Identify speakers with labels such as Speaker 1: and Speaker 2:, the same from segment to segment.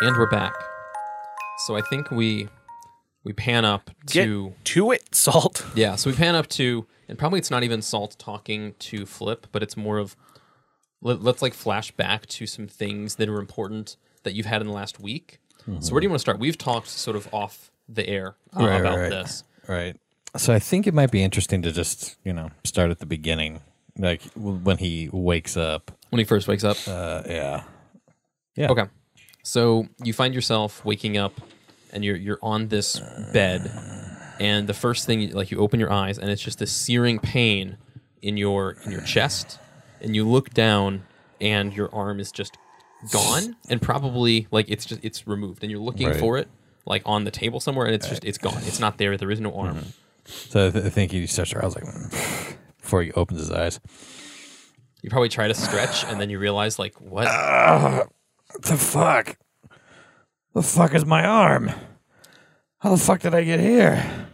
Speaker 1: And we're back. So I think we we pan up
Speaker 2: Get
Speaker 1: to
Speaker 2: to it, Salt.
Speaker 1: yeah. So we pan up to and probably it's not even Salt talking to Flip, but it's more of let, let's like flash back to some things that are important that you've had in the last week. So where do you want to start? We've talked sort of off the air uh,
Speaker 3: Right,
Speaker 1: about
Speaker 3: right.
Speaker 1: this.
Speaker 3: Right. So I think it might be interesting to just, you know, start at the beginning. Like w- when he wakes up.
Speaker 1: when he first wakes up.
Speaker 3: Uh, yeah.
Speaker 1: okay. So you find yourself waking up and you're you're on this bed and the first thing like you open your eyes and it's just this searing pain in your in your chest and you look down and your arm is just gone and probably like it's just it's removed and you're looking
Speaker 3: Right.
Speaker 1: for it like on the table somewhere and it's just it's gone. It's not there. There is no arm.
Speaker 3: So I, th- I think he starts I was like, before he opens his eyes.
Speaker 1: You probably try to stretch and then you realize like what
Speaker 3: the fuck? The fuck is my arm? How the fuck did I get here?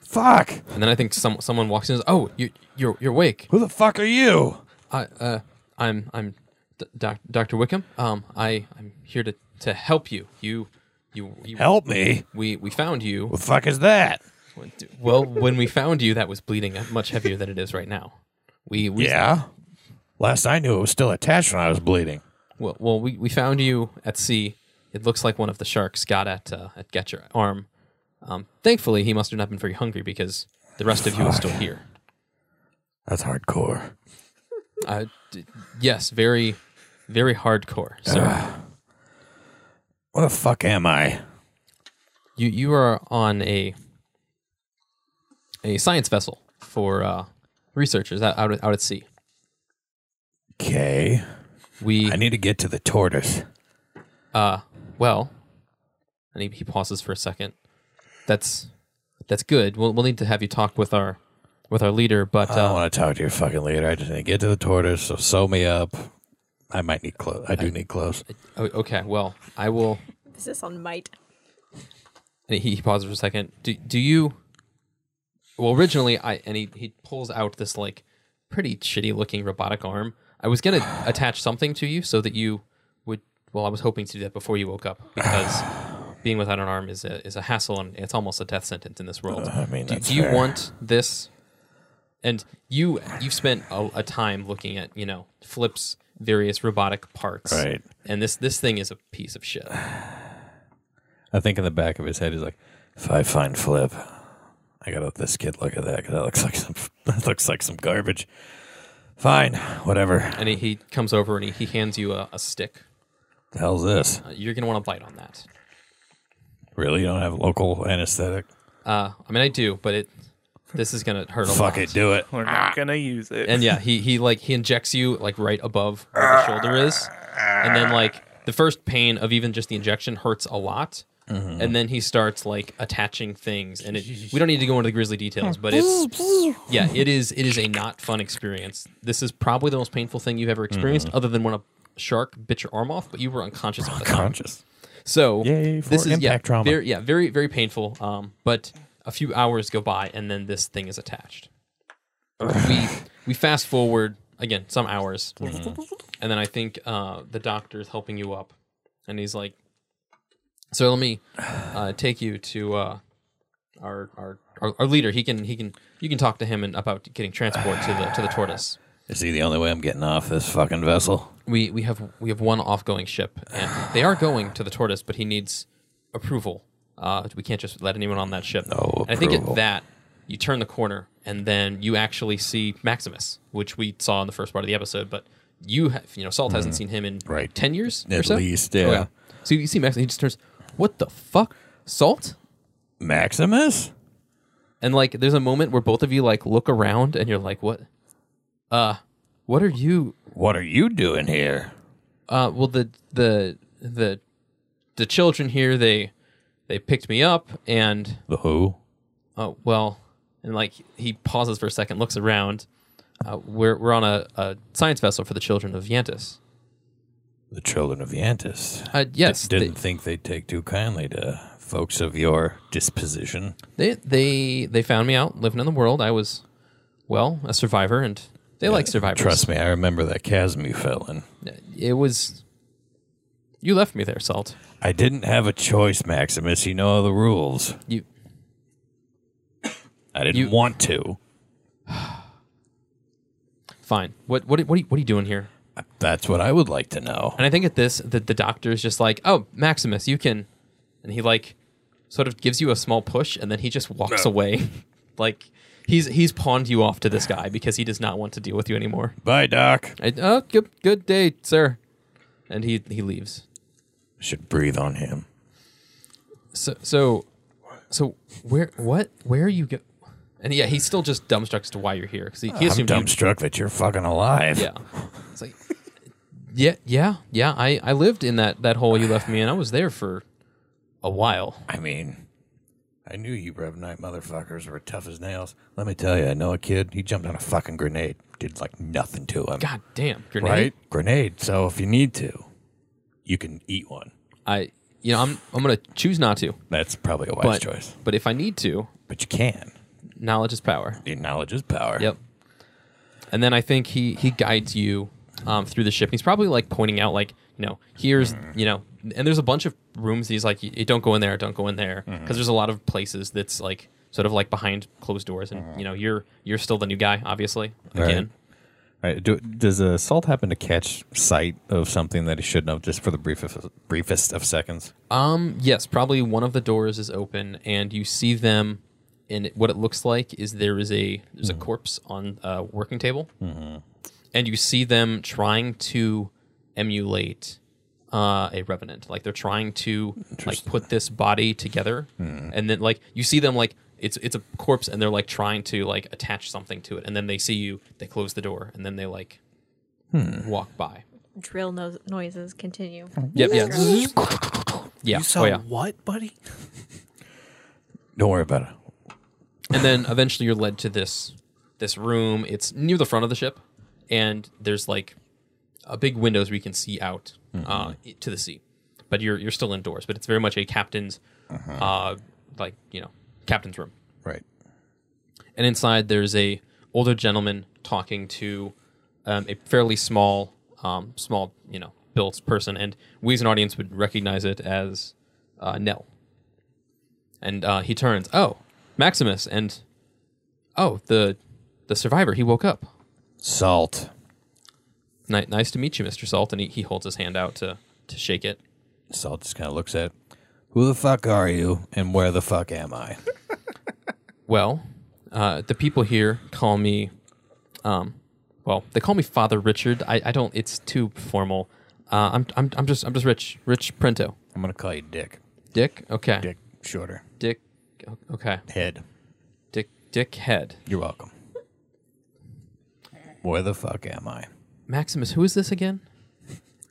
Speaker 3: Fuck.
Speaker 1: and then I think some someone walks in and says, "Oh, you you're you're awake."
Speaker 3: Who the fuck are you?
Speaker 1: I, uh, I'm, I'm, D- doc, Doctor Wickham. Um, I, I'm here to, to help you. You, you, you
Speaker 3: Help me.
Speaker 1: We, we found you.
Speaker 3: What the fuck is that?
Speaker 1: Well, when we found you, that was bleeding much heavier than it is right now. We, we
Speaker 3: Yeah. Last I knew, it was still attached when I was bleeding.
Speaker 1: Well, well we, we found you at sea. It looks like one of the sharks got at, uh, at get your arm. Um, thankfully, he must have not been very hungry because the rest of you is still here.
Speaker 3: That's hardcore.
Speaker 1: Uh, d- yes, very, very hardcore. So
Speaker 3: Where the fuck am I?
Speaker 1: you, you are on a a science vessel for uh, researchers out out at, out at sea.
Speaker 3: Okay.
Speaker 1: We
Speaker 3: I need to get to the tortoise.
Speaker 1: uh well, and he, he pauses for a second. That's that's good. We'll we'll need to have you talk with our with our leader, but
Speaker 3: I don't
Speaker 1: uh,
Speaker 3: want to talk to your fucking leader. I just need to get to the tortoise. So sew me up. I might need clothes. I do need clothes.
Speaker 1: o- okay. Well, I will.
Speaker 4: This is on might.
Speaker 1: And he, he pauses for a second. Do do you? Well, originally, I and he he pulls out this like pretty shitty looking robotic arm. I was gonna attach something to you so that you would. Well, I was hoping to do that before you woke up because being without an arm is a is a hassle and it's almost a death sentence in this world.
Speaker 3: I mean,
Speaker 1: do,
Speaker 3: Uh, that's
Speaker 1: do you
Speaker 3: fair.
Speaker 1: want this? And you you've spent a, a time looking at you know flips various robotic parts,
Speaker 3: Right.
Speaker 1: And this this thing is a piece of shit.
Speaker 3: I think in the back of his head, he's like, "If I find Flip, I gotta let this kid look at that because that looks like some that looks like some garbage." Fine, whatever.
Speaker 1: And he, he comes over and he, he hands you a, a stick.
Speaker 3: The hell's this?
Speaker 1: Uh, You're gonna want to bite on that.
Speaker 3: Really, you don't have local anesthetic?
Speaker 1: Uh, I mean, I do, but it this is gonna hurt a lot.
Speaker 3: Fuck it, do it.
Speaker 2: We're not gonna use it.
Speaker 1: Ah. And yeah, he he like he injects you like right above where the shoulder is, and then like the first pain of even just the injection hurts a lot.
Speaker 3: Mm-hmm.
Speaker 1: And then he starts like attaching things, and it, we don't need to go into the grisly details, but it's yeah, it is it is a not fun experience. This is probably the most painful thing you've ever experienced,
Speaker 3: Mm-hmm.
Speaker 1: other than when a shark bit your arm off, but you were unconscious. at the time.
Speaker 3: Conscious.
Speaker 1: So
Speaker 3: Yay for
Speaker 1: this is yeah,
Speaker 3: impact trauma.
Speaker 1: Very, yeah, very very painful. Um, but a few hours go by, and then this thing is attached. we we fast forward again some hours, and then I think uh, the doctor is helping you up, and he's like, "So let me uh, take you to uh, our, our our our leader. He can he can you can talk to him and about getting transport to the to the tortoise."
Speaker 3: Is he the only way I'm getting off this fucking vessel?
Speaker 1: we we have we have one offgoing ship, and they are going to the tortoise, but he needs approval. Uh, we can't just let anyone on that ship.
Speaker 3: No
Speaker 1: and I think at
Speaker 3: approval.
Speaker 1: that you turn the corner, and then you actually see Maximus, which we saw in the first part of the episode. But you have you know Salt hasn't seen him in
Speaker 3: Mm. Right.
Speaker 1: ten yemus or
Speaker 3: At
Speaker 1: so? Oh,
Speaker 3: least, yeah.
Speaker 1: So you see Maximus, he just turns, "What the fuck, Salt?"
Speaker 3: Maximus?
Speaker 1: And like, there's a moment where both of you like look around, and you're like, "What? Uh, what are you?
Speaker 3: What are you doing here?
Speaker 1: Uh, well, the the the the children here they they picked me up and
Speaker 3: The who?
Speaker 1: oh well, and like he pauses for a second, looks around. Uh, we're we're on a, a science vessel for the children of Yantis.
Speaker 3: The children of Yantis.
Speaker 1: Uh, yes,
Speaker 3: Didn't think they'd take too kindly to folks of your disposition.
Speaker 1: they, they they they found me out living in the world. I was well a survivor, and they like survivors.
Speaker 3: Trust me, I remember that chasm you fell in.
Speaker 1: it was You left me there, Salt.
Speaker 3: I didn't have a choice, Maximus. You know the rules.
Speaker 1: You
Speaker 3: I didn't
Speaker 1: You-
Speaker 3: want to.
Speaker 1: fine. What what what are you, what are you doing here?
Speaker 3: That's what I would like to know.
Speaker 1: And I think at this, the, the doctor is just like, "Oh, Maximus, you can," and he like sort of gives you a small push, and then he just walks away, like he's he's pawned you off to this guy because he does not want to deal with you anymore.
Speaker 3: Bye, Doc.
Speaker 1: I, oh, good good day, sir, and he he leaves.
Speaker 3: Should breathe on him.
Speaker 1: So so so where what where are you go? And yeah, he's still just dumbstruck as to why you're here because he, he
Speaker 3: I'm
Speaker 1: assumed you
Speaker 3: dumbstruck that you're fucking alive.
Speaker 1: Yeah. It's like, yeah, yeah, yeah. I, I lived in that, that hole you left me in. I was there for a while.
Speaker 3: I mean, I knew you Revenite motherfuckers were tough as nails. Let me tell you, I know a kid. He jumped on a fucking grenade. Did like nothing to him.
Speaker 1: God damn. Grenade.
Speaker 3: right? Grenade. So if you need to, you can eat one.
Speaker 1: I, you know, I'm, I'm going to choose not to,
Speaker 3: That's probably a wise
Speaker 1: but,
Speaker 3: choice.
Speaker 1: but if I need to,
Speaker 3: But you can.
Speaker 1: knowledge is power.
Speaker 3: The knowledge is power.
Speaker 1: Yep. And then I think he, he guides you um, through the ship. He's probably like pointing out like, you know, here's,
Speaker 3: Mm.
Speaker 1: you know, and there's a bunch of rooms. He's like, "You- don't go in there, don't go in there.
Speaker 3: Mm-hmm.
Speaker 1: Cause there's a lot of places that's like sort of like behind closed doors. And
Speaker 3: Mm-hmm.
Speaker 1: you know, you're, you're still the new guy, obviously again.
Speaker 5: All right. Do, does uh, Salt happen to catch sight of something that he shouldn't have just for the briefest briefest of seconds?
Speaker 1: Um, yes, probably one of the doors is open, and you see them. And it- what it looks like is there is a there's a corpse on a working table, and you see them trying to emulate uh, a revenant. Like they're trying to like put this body together, and then like you see them like it's it's a corpse, and they're like trying to like attach something to it, and then they see you, they close the door, and then they like walk by.
Speaker 4: Drill no- noises continue.
Speaker 1: Yep, yeah, yeah,
Speaker 6: You saw
Speaker 1: oh yeah.
Speaker 6: what, buddy?
Speaker 3: Don't worry about it.
Speaker 1: and then eventually you're led to this this room. It's near the front of the ship, and there's like a big windows where you can see out uh, i- to the sea. But you're you're still indoors. But it's very much a captain's, uh like you know, captain's room.
Speaker 3: Right.
Speaker 1: And inside there's a older gentleman talking to um, a fairly small, um, small you know, built person, and we as an audience would recognize it as uh, Nell. And uh, he turns, oh, Maximus, and oh, the the survivor. He woke up.
Speaker 3: Salt.
Speaker 1: Ni- nice to meet you, Mister Salt. And he, he holds his hand out to to shake it.
Speaker 3: Salt just kind of looks at, who the fuck are you and where the fuck am I?
Speaker 1: Well, uh, the people here call me, um, well, they call me Father Richard. I, I don't. It's too formal. Uh, I'm, I'm, I'm just, I'm just Rich, Rich Printo.
Speaker 3: I'm gonna call you Dick.
Speaker 1: Dick. Okay.
Speaker 3: Dick shorter
Speaker 1: Dick. o- Okay.
Speaker 3: head.
Speaker 1: Dick. Dick Head.
Speaker 3: You're welcome. Where the fuck am I?
Speaker 1: Maximus. Who is this again?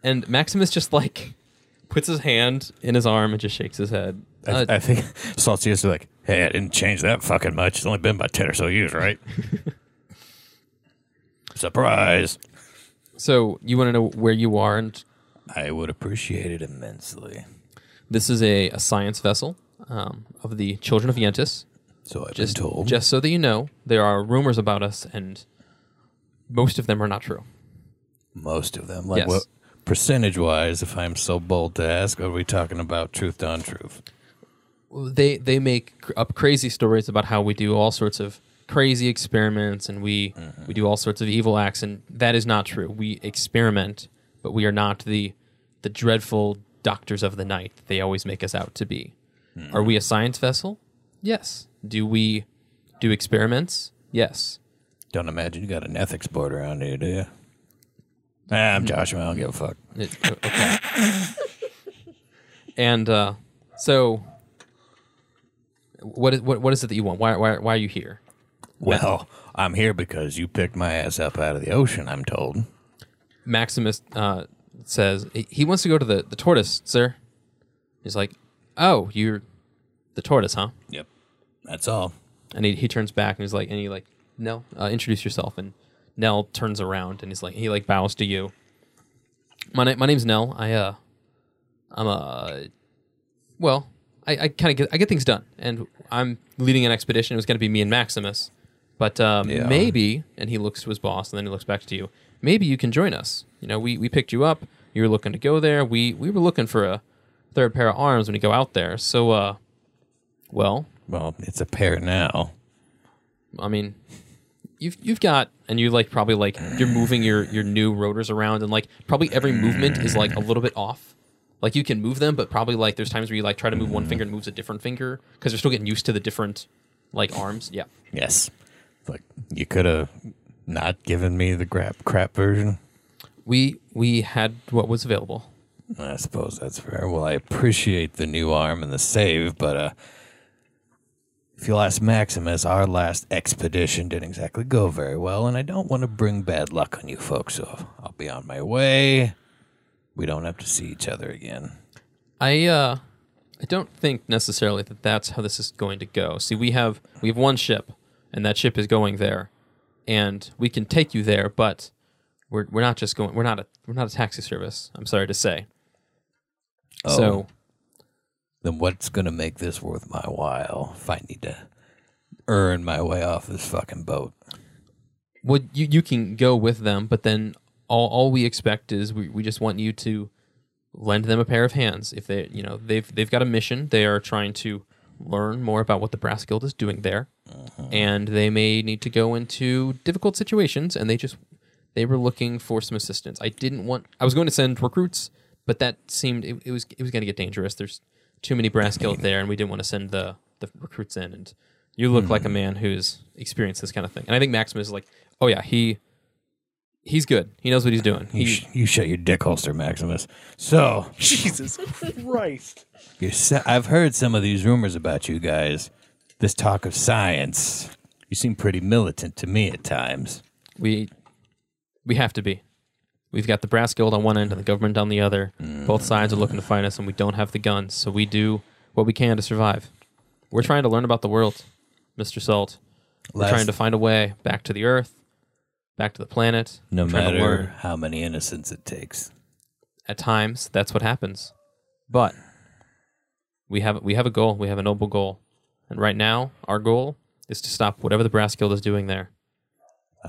Speaker 1: And Maximus just like puts his hand in his arm and just shakes his head.
Speaker 3: I,
Speaker 1: Uh,
Speaker 3: I think Salt's used to like, hey, I didn't change that fucking much. It's only been about ten or so years, right? Surprise!
Speaker 1: so you want to know where you are, and
Speaker 3: I would appreciate it immensely.
Speaker 1: this is a, a science vessel um, of the Children of Yentis.
Speaker 3: So I've
Speaker 1: Just,
Speaker 3: been told.
Speaker 1: just so that you know, there are rumors about us, and most of them are not true.
Speaker 3: most of them, like
Speaker 1: Yes.
Speaker 3: what percentage wise, if I'm so bold to ask, are we talking about truth to untruth?
Speaker 1: They they make cr- up crazy stories about how we do all sorts of crazy experiments, and we we do all sorts of evil acts, and that is not true. We experiment, but we are not the the dreadful doctors of the night that they always make us out to be. Are we a science vessel? Yes. Do we do experiments? Yes.
Speaker 3: Don't imagine you got an ethics board around here, do you? Nah, I'm Joshua. I don't give a fuck.
Speaker 1: It- o- okay. and uh, so, what is what, what is it that you want? Why, why why are you here?
Speaker 3: Well, I'm here because you picked my ass up out of the ocean. I'm told.
Speaker 1: Maximus uh, says he- he wants to go to the, the tortoise, sir. He's like, oh, you're the tortoise, huh?
Speaker 3: Yep, that's all.
Speaker 1: And he, he turns back and he's like, and he like, Nell, uh, introduce yourself. And Nell turns around and he's like, he like bows to you. My name, my name's Nell. I uh, I'm a, well, I, I kind of get I get things done, and I'm leading an expedition. It was going to be me and Maximus, but um,
Speaker 3: Yeah.
Speaker 1: maybe. And he looks to his boss, and then he looks back to you. Maybe you can join us. You know, we we picked you up. You were looking to go there. We we were looking for a third pair of arms when you go out there. So, uh, well,
Speaker 3: Well, it's a pair now.
Speaker 1: I mean, you've you've got and you like probably like you're moving your your new rotors around and like probably every movement is like a little bit off. Like you can move them, but probably like there's times where you like try to move one finger and it moves a different finger because they're still getting used to the different like arms. Yeah.
Speaker 3: Yes. Like you could have not given me the crap crap version.
Speaker 1: We we had what was available.
Speaker 3: I suppose that's fair. Well, I appreciate the new arm and the save, but uh if you'll ask Maximus, our last expedition didn't exactly go very well, and I don't want to bring bad luck on you folks, so I'll be on my way. We don't have to see each other again.
Speaker 1: I uh I don't think necessarily that that's how this is going to go. See, we have we have one ship and that ship is going there and we can take you there, but we're we're not just going we're not a we're not a taxi service, I'm sorry to say. So,
Speaker 3: then what's going to make this worth my while if I need to earn my way off this fucking boat?
Speaker 1: well you you can go with them, but then all all we expect is we, we just want you to lend them a pair of hands if they you know they've they've got a mission they are trying to learn more about what the brass guild is doing there and they may need to go into difficult situations and they just they were looking for some assistance i didn't want i was going to send recruits but that seemed it, it was it was going to get dangerous there's too many brass guild there and we didn't want to send the the recruits in and you look like a man who's experienced this kind of thing and i think maximus is like oh yeah he he's good he knows what he's doing he,
Speaker 3: You, sh- you shut your dick holster, Maximus. So,
Speaker 2: Jesus Christ.
Speaker 3: you're se- I've heard some of these rumors about you guys. This talk of science. You seem pretty militant to me at times.
Speaker 1: we we have to be. We've got the brass guild on one end and the government on the other.
Speaker 3: Mm.
Speaker 1: Both sides are looking to fight us, and we don't have the guns, so we do what we can to survive. We're trying to learn about the world, Mister Salt. We're
Speaker 3: Last-
Speaker 1: trying to find a way back to the Earth, back to the planet.
Speaker 3: No
Speaker 1: We're trying to learn.
Speaker 3: matter how many innocents it takes.
Speaker 1: At times, that's what happens, but we have we have a goal. We have a noble goal, and right now, our goal is to stop whatever the brass guild is doing there.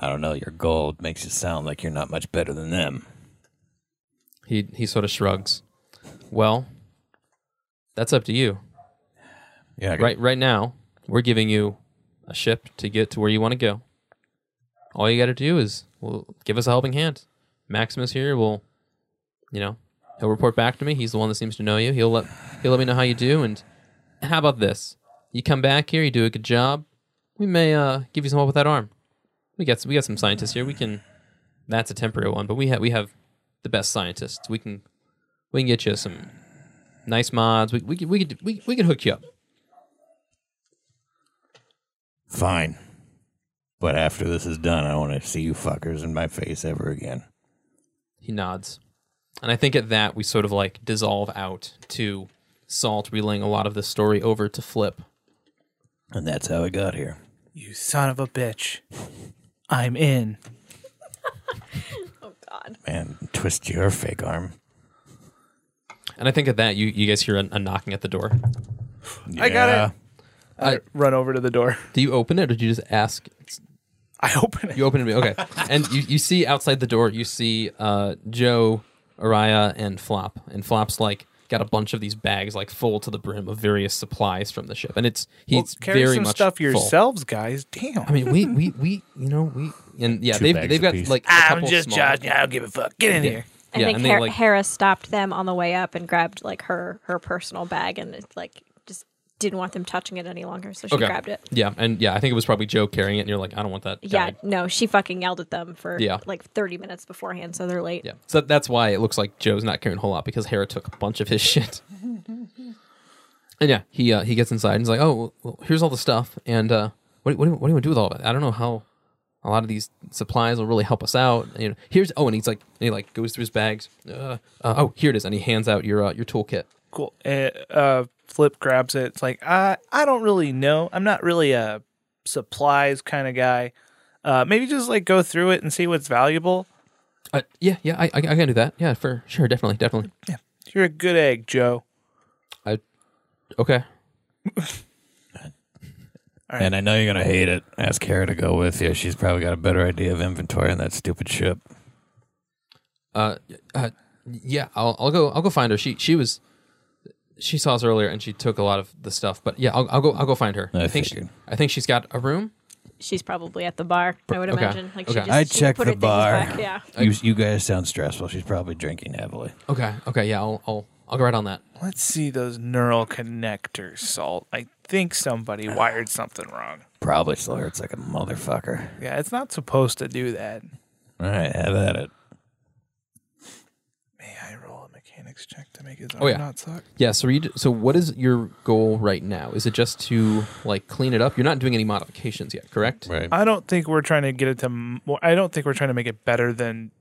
Speaker 3: I don't know, your gold makes it sound like you're not much better than them.
Speaker 1: He he sort of shrugs. Well, that's up to you.
Speaker 3: Yeah, I got-
Speaker 1: Right right now, we're giving you a ship to get to where you want to go. All you got to do is well, give us a helping hand. Maximus here will, you know, he'll report back to me. He's the one that seems to know you. He'll let he'll let me know how you do. And how about this? You come back here, you do a good job. We may uh, give you some help with that arm. We got s- we got some scientists here. We can. That's a temporary one, but we have we have the best scientists. We can we can get you some nice mods. We we could, we could, we we can hook you up.
Speaker 3: Fine. But after this is done, I don't want to see you fuckers in my face ever again.
Speaker 1: He nods. And I think at that, we sort of like dissolve out to Salt relaying a lot of the story over to Flip.
Speaker 3: And that's how I got here.
Speaker 2: You son of a bitch. I'm in.
Speaker 4: Oh God.
Speaker 3: Man, twist your fake arm.
Speaker 1: And I think at that, you, you guys hear a, a knocking at the door.
Speaker 2: I got
Speaker 3: Yeah.
Speaker 2: it. I, run over to the door.
Speaker 1: Do you open it or do you just ask?
Speaker 2: I open it.
Speaker 1: You open it, okay. and you, you see outside the door, you see uh, Joe, Araya, and Flop. And Flop's like got a bunch of these bags like full to the brim of various supplies from the ship. And it's
Speaker 2: Well,
Speaker 1: he's
Speaker 2: carry
Speaker 1: very
Speaker 2: some
Speaker 1: much
Speaker 2: stuff
Speaker 1: full.
Speaker 2: yourselves, guys. Damn.
Speaker 1: I mean, we, we, we, you know, we, and yeah,
Speaker 3: Two
Speaker 1: they've,
Speaker 3: bags
Speaker 1: they've got
Speaker 3: apiece.
Speaker 1: like, a
Speaker 2: I'm
Speaker 1: couple
Speaker 2: just
Speaker 1: small-
Speaker 2: joshing. I don't give a fuck. Get in here.
Speaker 4: I
Speaker 1: Yeah,
Speaker 4: think
Speaker 1: and they,
Speaker 4: Har-
Speaker 1: like-
Speaker 4: Hera stopped them on the way up and grabbed like her her personal bag and it's like just didn't want them touching it any longer, so she
Speaker 1: Okay.
Speaker 4: grabbed it.
Speaker 1: Yeah, and yeah, I think it was probably Joe carrying it, and you're like, I don't want that.
Speaker 4: Yeah,
Speaker 1: guy.
Speaker 4: no, she fucking yelled at them for
Speaker 1: Yeah.
Speaker 4: like 30 minutes beforehand, so they're late.
Speaker 1: yeah. So that's why it looks like Joe's not carrying a whole lot because Hera took a bunch of his shit. and yeah, he uh, he gets inside and he's like, oh, well, well, here's all the stuff, and uh, what do- what do, you- what do you want to do with all of it? I don't know how a lot of these supplies will really help us out. You know, here's oh, and he's like, and he like goes through his bags. Uh, uh, oh, here it is, and he hands out your uh, your toolkit.
Speaker 2: Cool. Uh, uh, Flip grabs it. It's like, I, I don't really know. I'm not really a supplies kind of guy. Uh, maybe just like go through it and see what's valuable.
Speaker 1: Uh, yeah, yeah, I, I I can do that. Yeah, for sure, definitely, definitely.
Speaker 2: You're a good egg, Joe.
Speaker 1: Okay.
Speaker 3: And I know you're going to hate it. Ask Hera to go with you. She's probably got a better idea of inventory on that stupid ship.
Speaker 1: Uh, uh, Yeah, I'll, I'll go. I'll go find her. She she was, she saw us earlier and she took a lot of the stuff. But yeah, I'll, I'll go. I'll go find her.
Speaker 7: I
Speaker 1: think she,
Speaker 7: figured.
Speaker 1: I think she's got a room.
Speaker 4: She's probably at the bar. I would
Speaker 1: okay.
Speaker 4: imagine. Like she
Speaker 1: Okay.
Speaker 4: just,
Speaker 7: I
Speaker 4: she
Speaker 7: checked
Speaker 4: put
Speaker 7: the
Speaker 4: her things
Speaker 7: bar.
Speaker 4: back, Yeah.
Speaker 7: You, you guys sound stressful. She's probably drinking heavily.
Speaker 1: Okay. Okay. Yeah. I'll I'll I'll go right on that.
Speaker 2: Let's see those neural connectors, Salt. I think somebody wired something wrong.
Speaker 7: Probably still hurts like a motherfucker.
Speaker 2: Yeah, it's not supposed to do that.
Speaker 7: All right, have at it.
Speaker 2: May I roll a mechanics check to make his arm
Speaker 1: Oh, yeah.
Speaker 2: not suck?
Speaker 1: Yeah. So you d- so what is your goal right now? Is it just to like clean it up? You're not doing any modifications yet, correct?
Speaker 7: Right.
Speaker 2: I don't think we're trying to get it to. m- Well, I don't think we're trying to make it better than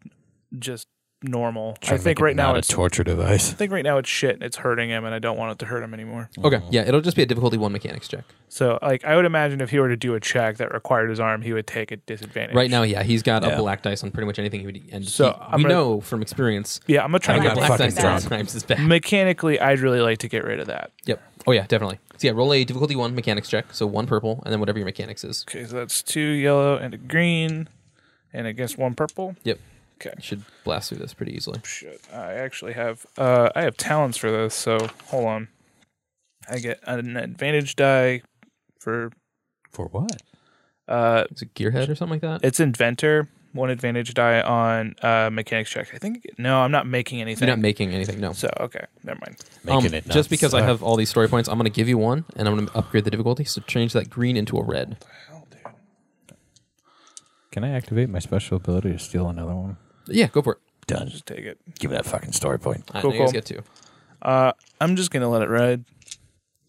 Speaker 2: just normal. I think right now
Speaker 7: Not a
Speaker 2: it's.
Speaker 7: torture device.
Speaker 2: I think right now it's shit. and It's hurting him, and I don't want it to hurt him anymore.
Speaker 1: Okay. Yeah. It'll just be a difficulty one mechanics check.
Speaker 2: So, like, I would imagine if he were to do a check that required his arm, he would take a disadvantage.
Speaker 1: Right now, yeah, he's got
Speaker 7: Yeah.
Speaker 1: a black dice on pretty much anything he would. And
Speaker 2: So,
Speaker 1: he-
Speaker 2: I'm
Speaker 1: we
Speaker 2: gonna-
Speaker 1: know from experience,
Speaker 2: Yeah, I'm gonna
Speaker 4: I
Speaker 2: try
Speaker 1: having
Speaker 4: got
Speaker 1: a
Speaker 4: black
Speaker 2: to
Speaker 1: black
Speaker 4: fucking
Speaker 1: dice
Speaker 4: drunk.
Speaker 1: sometimes is bad.
Speaker 2: mechanically. I'd really like to get rid of that.
Speaker 1: Yep. Oh yeah, definitely. So yeah, roll a difficulty one mechanics check. So one purple, and then whatever your mechanics is.
Speaker 2: Okay, so that's two yellow and a green, and I guess one purple.
Speaker 1: Yep.
Speaker 2: Okay.
Speaker 1: You should blast through this pretty easily.
Speaker 2: Shit, I actually have uh, I have talents for this, so hold on. I get an advantage die for
Speaker 7: For what?
Speaker 2: uh,
Speaker 1: Is it gearhead or something like that?
Speaker 2: it's inventor. One advantage die on uh, mechanics check. I think no, I'm not making anything.
Speaker 1: You're not making anything. No.
Speaker 2: so okay, never mind.
Speaker 7: Making
Speaker 1: Um,
Speaker 7: it
Speaker 1: just because I
Speaker 7: nuts.
Speaker 1: have all these story points, I'm going to give you one, and I'm going to upgrade the difficulty. So change that green into a red.
Speaker 3: Can I activate my special ability to steal another one?
Speaker 1: Yeah, go for it.
Speaker 7: Done.
Speaker 2: Just take it.
Speaker 7: Give me that fucking story point.
Speaker 1: I
Speaker 2: Cool,
Speaker 1: know you guys
Speaker 2: cool.
Speaker 1: get two.
Speaker 2: Uh, I'm just gonna let it ride.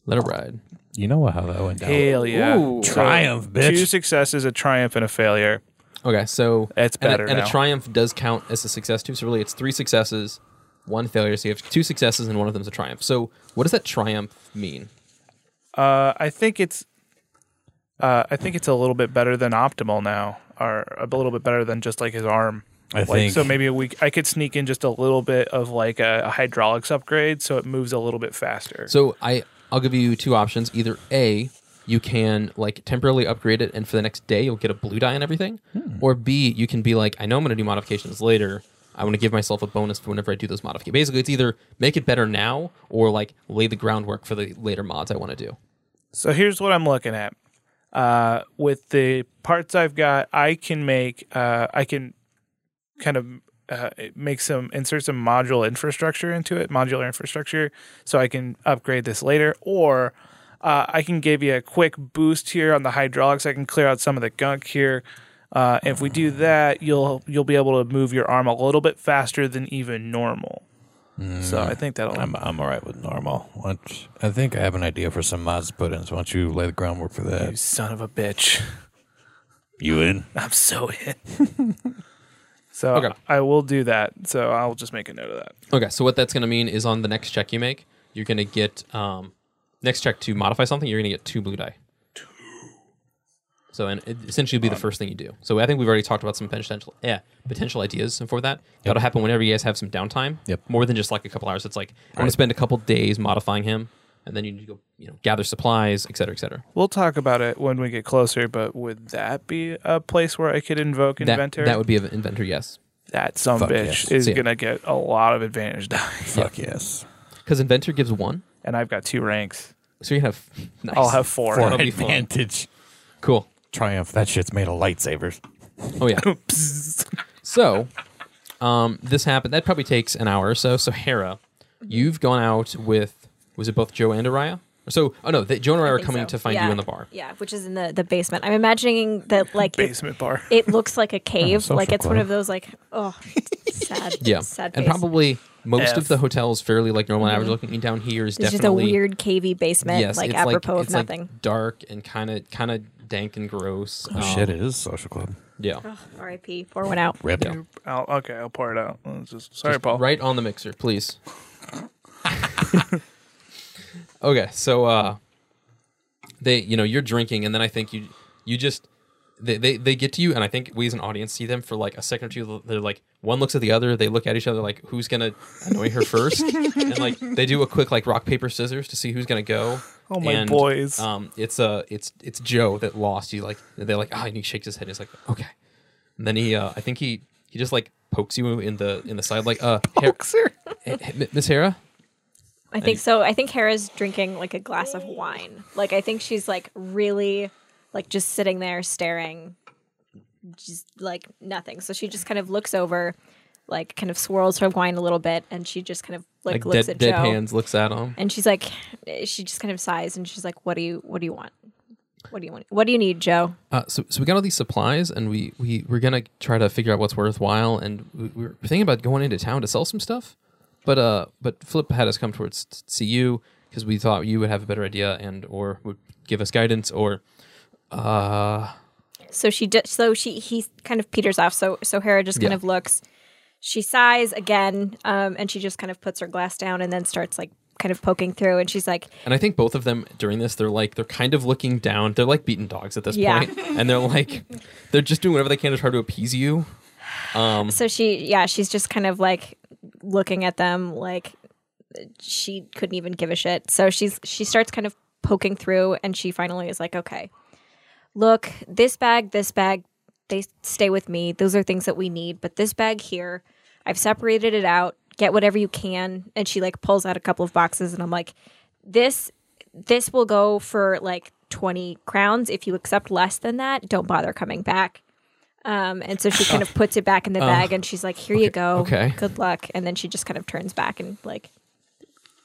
Speaker 1: Let it ride.
Speaker 3: You know how that went down.
Speaker 2: Hell yeah!
Speaker 1: Ooh.
Speaker 2: So,
Speaker 7: Triumph, bitch.
Speaker 2: Two successes, a triumph, and a failure.
Speaker 1: Okay, so
Speaker 2: That's
Speaker 1: and a-
Speaker 2: better
Speaker 1: And, a,
Speaker 2: now.
Speaker 1: triumph does count as a success too. So really, it's three successes, one failure. So you have two successes, and one of them's a triumph. So what does that triumph mean?
Speaker 2: Uh, I think it's. Uh, I think it's a little bit better than optimal now, or a little bit better than just like his arm.
Speaker 7: I
Speaker 2: like,
Speaker 7: think
Speaker 2: so. Maybe we, I could sneak in just a little bit of like a, a hydraulics upgrade, so it moves a little bit faster.
Speaker 1: So I I'll give you two options. Either A, you can like temporarily upgrade it and for the next day you'll get a blue die and everything. Or B, you can be like, I know I'm gonna do modifications later. I want to give myself a bonus for whenever I do those modifications. Basically, it's either make it better now or like lay the groundwork for the later mods I want to do.
Speaker 2: So here's what I'm looking at. Uh, with the parts I've got, I can make, uh, I can kind of uh, make some, insert some module infrastructure into it, modular infrastructure, so I can upgrade this later. Or uh, I can give you a quick boost here on the hydraulics. I can clear out some of the gunk here. Uh, if we do that, you'll you'll be able to move your arm a little bit faster than even normal. So I think that'll.
Speaker 7: I'm, I'm all right with normal. Once I think I have an idea for some mods to put in. So why don't you lay the groundwork for
Speaker 2: you
Speaker 7: that?
Speaker 2: son of a bitch.
Speaker 7: You in?
Speaker 2: I'm so in. so
Speaker 1: Okay.
Speaker 2: I will do that. So I'll just make a note of that.
Speaker 1: Okay, so what that's going to mean is on the next check you make, you're going to get um, next check to modify something, you're going to get two blue die. Two. So and it essentially be the first thing you do. So I think we've already talked about some potential yeah, potential ideas for that. That'll happen whenever you guys have some downtime.
Speaker 7: Yep.
Speaker 1: More than just like a couple hours. It's like I'm going to spend a couple days modifying him and then you need to go, you know, gather supplies, et cetera, et cetera.
Speaker 2: We'll talk about it when we get closer, but would that be a place where I could invoke
Speaker 1: That-
Speaker 2: Inventor?
Speaker 1: That, would be an inventor, yes.
Speaker 2: That some
Speaker 7: Fuck
Speaker 2: bitch
Speaker 7: yes.
Speaker 2: is
Speaker 1: See ya.
Speaker 2: going to get a lot of advantage die.
Speaker 7: Fuck yes.
Speaker 1: Cuz inventor gives one.
Speaker 2: and I've got two ranks.
Speaker 1: So you have nice.
Speaker 2: I'll have four.
Speaker 7: For
Speaker 1: That'll be fun.
Speaker 7: advantage.
Speaker 1: Cool.
Speaker 7: Triumph. That shit's made of lightsabers.
Speaker 1: Oh yeah. so, um, this happened. That probably takes an hour or so. So Hera, you've gone out with was it both Joe and Araya? So oh no, that Joe and Araya are
Speaker 4: think
Speaker 1: coming
Speaker 4: so.
Speaker 1: to find
Speaker 4: Yeah.
Speaker 1: you in the bar.
Speaker 4: Yeah, which is in the, the basement. I'm imagining that like it,
Speaker 2: Basement bar.
Speaker 4: it looks like a cave.
Speaker 3: social
Speaker 4: like it's one
Speaker 3: club.
Speaker 4: of those like oh sad
Speaker 1: Yeah,
Speaker 4: sad
Speaker 1: and
Speaker 4: face. Mm-hmm.
Speaker 1: probably most
Speaker 2: F.
Speaker 1: of the hotels fairly like normal average looking down here is
Speaker 4: it's just a
Speaker 1: definitely
Speaker 4: weird cavey basement,
Speaker 1: yes,
Speaker 4: like
Speaker 1: it's
Speaker 4: apropos
Speaker 1: it's
Speaker 4: of nothing.
Speaker 1: like dark and kind of kind of dank and gross. Um,
Speaker 7: Oh, Shit, it is a social club.
Speaker 1: Yeah.
Speaker 4: Ugh, R.I.P. Pour one out.
Speaker 7: Rip.
Speaker 1: Yeah.
Speaker 2: I'll, okay, I'll pour it out. Let's Just, sorry, Paul.
Speaker 1: Right on the mixer, please. okay, so uh they you know, you're drinking and then I think you you just they, they they get to you and I think we as an audience see them for like a second or two they're like one looks at the other, they look at each other like who's gonna annoy her first? and like they do a quick like rock, paper, scissors to see who's gonna go.
Speaker 2: Oh, my
Speaker 1: And,
Speaker 2: boys.
Speaker 1: Um it's uh it's it's Joe that lost. He like they're like, ah, and he shakes his head, he's like, Okay. And then he, uh, I think he, he just like pokes you in the in the side, like uh, Her- Eh, eh, Miss Hera.
Speaker 4: I think so. I think Hera's drinking like a glass of wine. Like I think she's like really like just sitting there staring just like nothing. So she just kind of looks over, like kind of swirls her wine a little bit and she just kind of like,
Speaker 1: Like,
Speaker 4: looks
Speaker 1: dead,
Speaker 4: at Joe.
Speaker 1: dead hands looks at him.
Speaker 4: And she's like eh, she just kind of sighs and she's like, What do you what do you want? What do you want? What do you need, Joe?
Speaker 1: Uh, so, so we got all these supplies, and we we we're gonna try to figure out what's worthwhile, and we, we were thinking about going into town to sell some stuff, but uh, but Flip had us come towards t- see you because we thought you would have a better idea and or would give us guidance or uh
Speaker 4: So she di- so she he kind of peters off. So so Hera just kind
Speaker 1: Yeah.
Speaker 4: of looks. She sighs again, um, and she just kind of puts her glass down and then starts like kind of poking through. And she's like,
Speaker 1: and I think both of them during this they're like they're kind of looking down, they're like beaten dogs at this
Speaker 4: Yeah.
Speaker 1: point, and they're like they're just doing whatever they can to try to appease you. Um,
Speaker 4: so she yeah, she's just kind of like looking at them like she couldn't even give a shit. So she's she starts kind of poking through, and she finally is like, okay, look, this bag, this bag, they stay with me. Those are things that we need. But this bag here, I've separated it out. Get whatever you can. And she like pulls out a couple of boxes and I'm like, this this will go for like 20 crowns. If you accept less than that, don't bother coming back. Um, and so she kind of puts it back in the bag and she's like, here you go.
Speaker 1: Uh, okay.
Speaker 4: Good luck. And then she just kind of turns back and like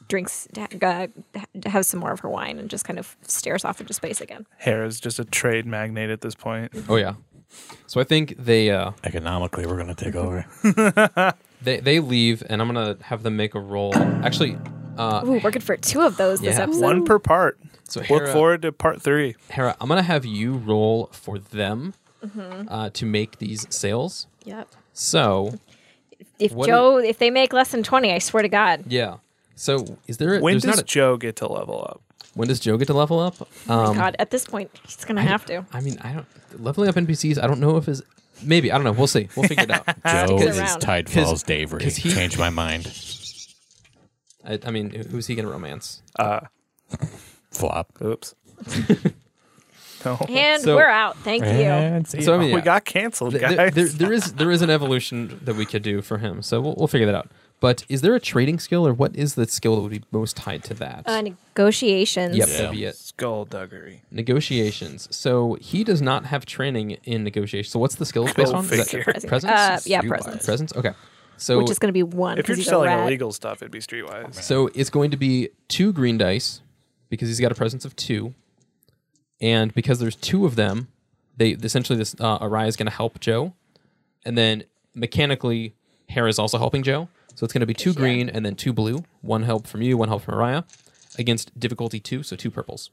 Speaker 4: drinks, uh, has some more of her wine and just kind of stares off into space again.
Speaker 2: Hera's just a trade magnate at this point.
Speaker 1: oh yeah, so I think they uh
Speaker 7: Economically, we're gonna take over.
Speaker 1: they they leave, and I'm gonna have them make a roll. Actually, uh,
Speaker 4: Ooh, we're good for two of those this
Speaker 1: Yeah.
Speaker 4: episode.
Speaker 2: One per part.
Speaker 1: so
Speaker 2: Look
Speaker 1: Hera-
Speaker 2: forward to part three.
Speaker 1: Hera, I'm gonna have you roll for them uh, to make these sales.
Speaker 4: Yep.
Speaker 1: So
Speaker 4: If
Speaker 1: What
Speaker 4: Joe, if they make less than twenty, I swear to God.
Speaker 1: yeah. So is there? A,
Speaker 2: When
Speaker 1: there's
Speaker 2: does
Speaker 1: not a,
Speaker 2: Joe get to level up?
Speaker 1: when does Joe get to level up? Um,
Speaker 4: God, at this point, he's gonna
Speaker 1: I,
Speaker 4: have to.
Speaker 1: I mean, I don't leveling up NPCs. I don't know if is maybe I don't know. We'll see. We'll figure it out.
Speaker 7: Joe
Speaker 4: Sticks
Speaker 7: is
Speaker 4: around.
Speaker 7: Tide
Speaker 1: 'Cause-
Speaker 7: Falls Davery.
Speaker 1: 'cause he-
Speaker 7: Change my mind.
Speaker 1: I, I mean, who's he gonna romance?
Speaker 7: Flop.
Speaker 2: Oops. no.
Speaker 4: And
Speaker 1: So-
Speaker 4: we're out. Thank you.
Speaker 1: So I mean,
Speaker 2: We
Speaker 1: yeah.
Speaker 2: got canceled,
Speaker 1: Th-
Speaker 2: guys.
Speaker 1: there, there- there is there is an evolution that we could do for him. So we'll, we'll figure that out. But is there a trading skill, or what is the skill that would be most tied to that?
Speaker 4: Uh, negotiations.
Speaker 1: yep, that'd be it.
Speaker 2: Skullduggery.
Speaker 1: Negotiations. So he does not have training in negotiation. So what's the skill it's based
Speaker 2: Go
Speaker 1: on? Is that
Speaker 2: figure.
Speaker 1: presence?
Speaker 4: Uh, yeah, presence.
Speaker 1: Presence. Okay. So
Speaker 4: Which is gonna be one.
Speaker 2: If
Speaker 4: 'cause
Speaker 2: you're
Speaker 4: he's
Speaker 2: just
Speaker 4: a
Speaker 2: selling
Speaker 4: rat.
Speaker 2: illegal stuff, it'd be streetwise.
Speaker 1: so it's going to be two green dice because he's got a presence of two, and because there's two of them, they essentially this uh, Arai is going to help Joe, and then mechanically Hera is also helping Joe. So it's going to be two green and then two blue. One help from you, one help from Araya, against difficulty two, so two purples.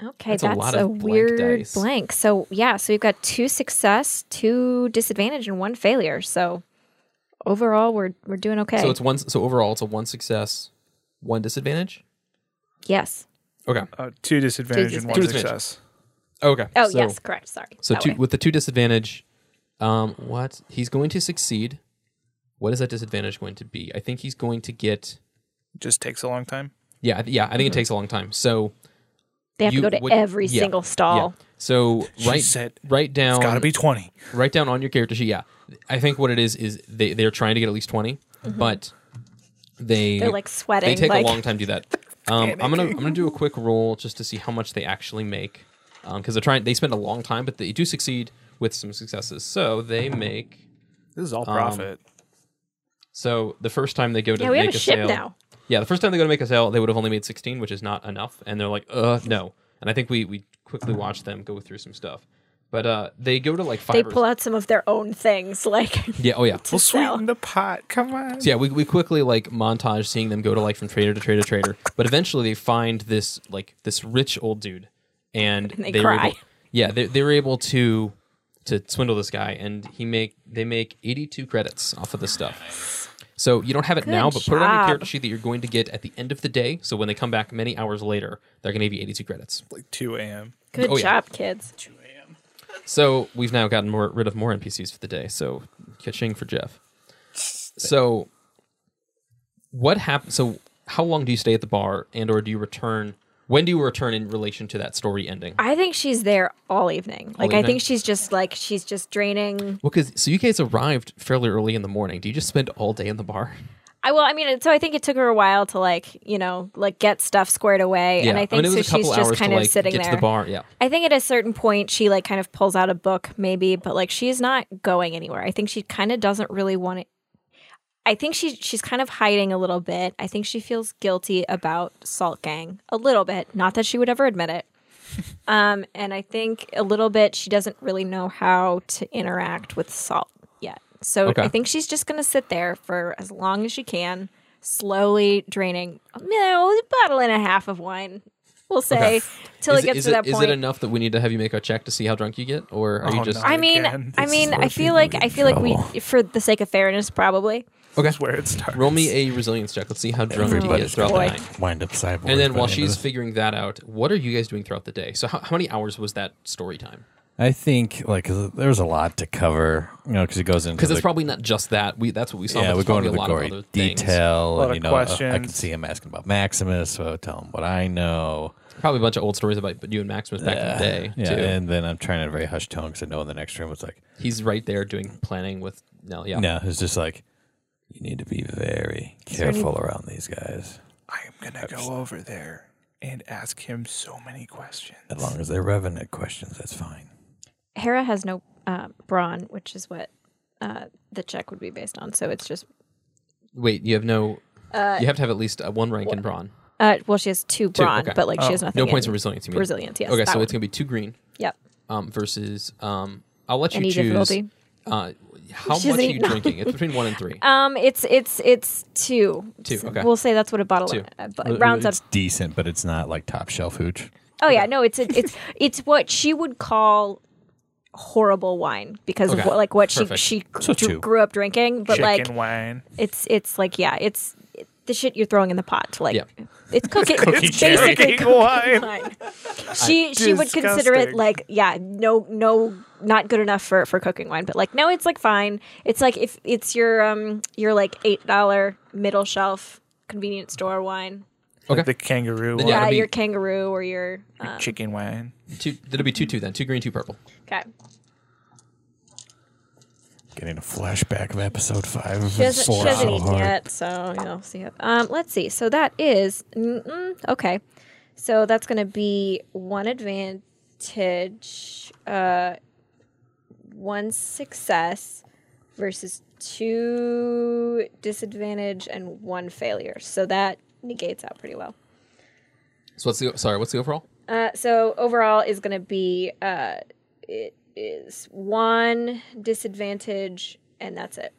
Speaker 4: Okay,
Speaker 1: That's
Speaker 4: that's,
Speaker 1: a
Speaker 4: a,
Speaker 1: lot of blank
Speaker 4: weird
Speaker 1: dice.
Speaker 4: blank. So yeah, so we've got two success, two disadvantage, and one failure. So overall, we're we're doing okay.
Speaker 1: So it's one. So overall, it's a one success, one disadvantage.
Speaker 4: yes.
Speaker 1: Okay.
Speaker 2: Uh, two disadvantage and one
Speaker 1: Two disadvantage.
Speaker 2: success.
Speaker 1: Okay.
Speaker 4: Oh
Speaker 1: so,
Speaker 4: yes, correct. Sorry.
Speaker 1: So
Speaker 4: That
Speaker 1: two,
Speaker 4: way.
Speaker 1: with the two disadvantage, um, what he's going to succeed. What is that disadvantage going to be? I think he's going to get.
Speaker 2: Just takes a long time.
Speaker 1: Yeah, I th- yeah. I think
Speaker 2: Mm-hmm.
Speaker 1: it takes a long time. So
Speaker 4: they have
Speaker 1: you
Speaker 4: to go to
Speaker 1: would-
Speaker 4: every
Speaker 1: yeah,
Speaker 4: single stall.
Speaker 1: yeah. So write
Speaker 2: said,
Speaker 1: write down.
Speaker 2: It's got to be 20.
Speaker 1: write down on your character sheet. Yeah, I think what it is is they they're trying to get at least 20 but they
Speaker 4: Mm-hmm. They're, like, sweating,
Speaker 1: They take
Speaker 4: like-
Speaker 1: a long time to do that. Um, I'm gonna I'm gonna do a quick roll just to see how much they actually make because they're trying. They spend a long time, but they do succeed with some successes. So they make.
Speaker 2: This is all
Speaker 1: Um,
Speaker 2: profit.
Speaker 1: So the first time they go to
Speaker 4: Yeah, we have
Speaker 1: make
Speaker 4: a
Speaker 1: a
Speaker 4: ship
Speaker 1: sale,
Speaker 4: now.
Speaker 1: yeah, the first time they go to make a sale, they would have only made 16, which is not enough, and they're like, uh, no. And I think we we quickly watch them go through some stuff, but uh, they go to like five.
Speaker 4: They
Speaker 1: or-
Speaker 4: pull out some of their own things, like
Speaker 1: yeah, oh yeah.
Speaker 2: we'll sweeten the pot. Come on.
Speaker 1: So yeah, we, we quickly like montage seeing them go to like from trader to trader to trader, but eventually they find this like this rich old dude, and,
Speaker 4: they
Speaker 1: were
Speaker 4: cry.
Speaker 1: able- yeah, they they were able to to swindle this guy, and he make they make eighty two credits off of this stuff. So you don't have it now, but put it on your
Speaker 4: job.
Speaker 1: character sheet that you're going to get at the end of the day. So when they come back many hours later, they're going to give you eighty two credits.
Speaker 2: Like 2 a.m.
Speaker 4: Good
Speaker 1: Oh, yeah.
Speaker 4: job, kids.
Speaker 1: So we've now gotten more rid of more NPCs for the day. So catching for Jeff. So what happened? So how long do you stay at the bar, and or do you return When do you return in relation to that story ending?
Speaker 4: I think she's there all evening. Like I
Speaker 1: evening?
Speaker 4: think she's just like she's just draining.
Speaker 1: Well, because so you guys arrived fairly early in the morning. Do you just spend all day in the bar?
Speaker 4: I well, I mean, so I think it took her a while to like you know like get stuff squared away, and I think so. She's just kind of
Speaker 1: like
Speaker 4: sitting
Speaker 1: get
Speaker 4: there.
Speaker 1: to the bar. Yeah,
Speaker 4: I think at a certain point she like kind of pulls out a book maybe, but like she's not going anywhere. I think she kind of doesn't really want it. I think she she's kind of hiding a little bit. I think she feels guilty about Salt Gang a little bit, not that she would ever admit it. Um and I think a little bit she doesn't really know how to interact with Salt yet. So
Speaker 1: Okay.
Speaker 4: I think she's just going to sit there for as long as she can, slowly draining you know, a bottle and a half of wine. We'll say till
Speaker 1: is
Speaker 4: it gets
Speaker 1: is
Speaker 4: to that
Speaker 1: is
Speaker 4: point. Um,
Speaker 1: it enough that we need to have you make a check to see how drunk you get, or are
Speaker 2: Oh,
Speaker 1: you just
Speaker 2: no.
Speaker 4: I mean,
Speaker 2: again.
Speaker 4: I
Speaker 2: This
Speaker 4: mean,
Speaker 7: is where
Speaker 4: I feel
Speaker 7: people
Speaker 4: like
Speaker 7: get
Speaker 4: I
Speaker 7: in
Speaker 4: feel like we,
Speaker 7: trouble.
Speaker 4: for the sake of fairness, probably.
Speaker 1: okay?
Speaker 2: That's where it starts.
Speaker 1: Roll me a resilience check. Let's see how drunk you get
Speaker 7: Everybody's
Speaker 1: throughout the
Speaker 4: boy.
Speaker 1: night.
Speaker 7: Wind up cyborg.
Speaker 1: And then
Speaker 7: by
Speaker 1: while
Speaker 7: the end of
Speaker 1: she's
Speaker 7: this.
Speaker 1: figuring that out, what are you guys doing throughout the day? So how, how many hours was that story time?
Speaker 7: I think like 'cause there's a lot to cover, you know, because it goes into
Speaker 1: Because it's
Speaker 7: the-
Speaker 1: probably not just that. We that's what we saw.
Speaker 7: yeah,
Speaker 1: but
Speaker 7: we're
Speaker 1: there's
Speaker 7: going to
Speaker 1: probably
Speaker 7: the
Speaker 1: a lot of
Speaker 7: gory
Speaker 1: other things.
Speaker 7: detail,
Speaker 2: lot
Speaker 7: and
Speaker 2: of
Speaker 7: you know, I- I can
Speaker 2: questions.
Speaker 7: see him asking about Maximus, so I tell him what I know. Uh,
Speaker 1: Probably a bunch of old stories about you and Maximus back in the day.
Speaker 7: Yeah,
Speaker 1: too.
Speaker 7: and then I'm trying in a very hushed tone because I know in the next room it's like,
Speaker 1: he's right there doing planning with no, yeah.
Speaker 7: no, it's just like you need to be very
Speaker 4: there any-
Speaker 7: careful around these guys.
Speaker 2: I am gonna go over there and ask him so many questions.
Speaker 7: As long as they're revenant questions, that's fine.
Speaker 4: Hera has no uh, brawn, which is what uh, the check would be based on. So it's just,
Speaker 1: Wait, you have no. you have to have at least uh, one rank in brawn.
Speaker 4: uh, well, she has two brawn,
Speaker 1: okay. Oh,
Speaker 4: but like she has nothing.
Speaker 1: No points
Speaker 4: in
Speaker 1: in resilience. You mean
Speaker 4: resilience, yes,
Speaker 1: Okay,
Speaker 4: that
Speaker 1: so
Speaker 4: one.
Speaker 1: it's gonna be two green
Speaker 4: Yep.
Speaker 1: um, versus. Um, I'll let you
Speaker 4: Any
Speaker 1: choose.
Speaker 4: difficulty?
Speaker 1: Uh, how
Speaker 4: She
Speaker 1: much
Speaker 4: doesn't
Speaker 1: are
Speaker 4: eat-
Speaker 1: you
Speaker 4: no.
Speaker 1: drinking? It's between one and three.
Speaker 4: Um, it's it's it's two.
Speaker 1: Two,
Speaker 4: So
Speaker 1: okay.
Speaker 4: We'll say that's what a bottle
Speaker 1: Two.
Speaker 4: uh, bu- rounds up.
Speaker 7: it's decent, but it's not like top shelf hooch.
Speaker 4: Oh yeah, no, it's it's it's what she would call horrible wine because of
Speaker 1: Okay.
Speaker 4: what like what
Speaker 1: Perfect.
Speaker 4: she she
Speaker 7: So
Speaker 4: dr-
Speaker 7: two.
Speaker 4: grew up drinking, but like
Speaker 2: Chicken wine.
Speaker 4: It's it's like yeah, it's the shit you're throwing in the pot. Like
Speaker 1: Yeah.
Speaker 4: it's cooking. it's
Speaker 2: cherry.
Speaker 4: basically
Speaker 2: Cooking
Speaker 4: cooking
Speaker 2: wine.
Speaker 4: wine. She she would consider it
Speaker 2: Disgusting.
Speaker 4: like yeah, no no not good enough for for cooking wine, but like no, it's like fine. It's like if it's your um your like eight dollar middle shelf convenience store wine.
Speaker 1: Okay.
Speaker 2: The kangaroo
Speaker 1: The-
Speaker 2: wine.
Speaker 1: Yeah,
Speaker 4: Yeah,
Speaker 1: I mean-
Speaker 4: your kangaroo or your uh,
Speaker 2: Chicken wine.
Speaker 1: Two. That'll be two two then. Two green, two purple.
Speaker 4: okay.
Speaker 7: Getting a flashback of episode five.
Speaker 4: She hasn't, she
Speaker 7: Four
Speaker 4: hasn't
Speaker 7: so
Speaker 4: eaten
Speaker 7: hard.
Speaker 4: yet, so you know, see. How, um, let's see. So that is mm-mm, okay. So that's going to be one advantage, uh, one success versus two disadvantage and one failure. So that negates out pretty well.
Speaker 1: So what's the sorry? What's the overall?
Speaker 4: Uh, so overall is going to be uh, it is one disadvantage, and that's it.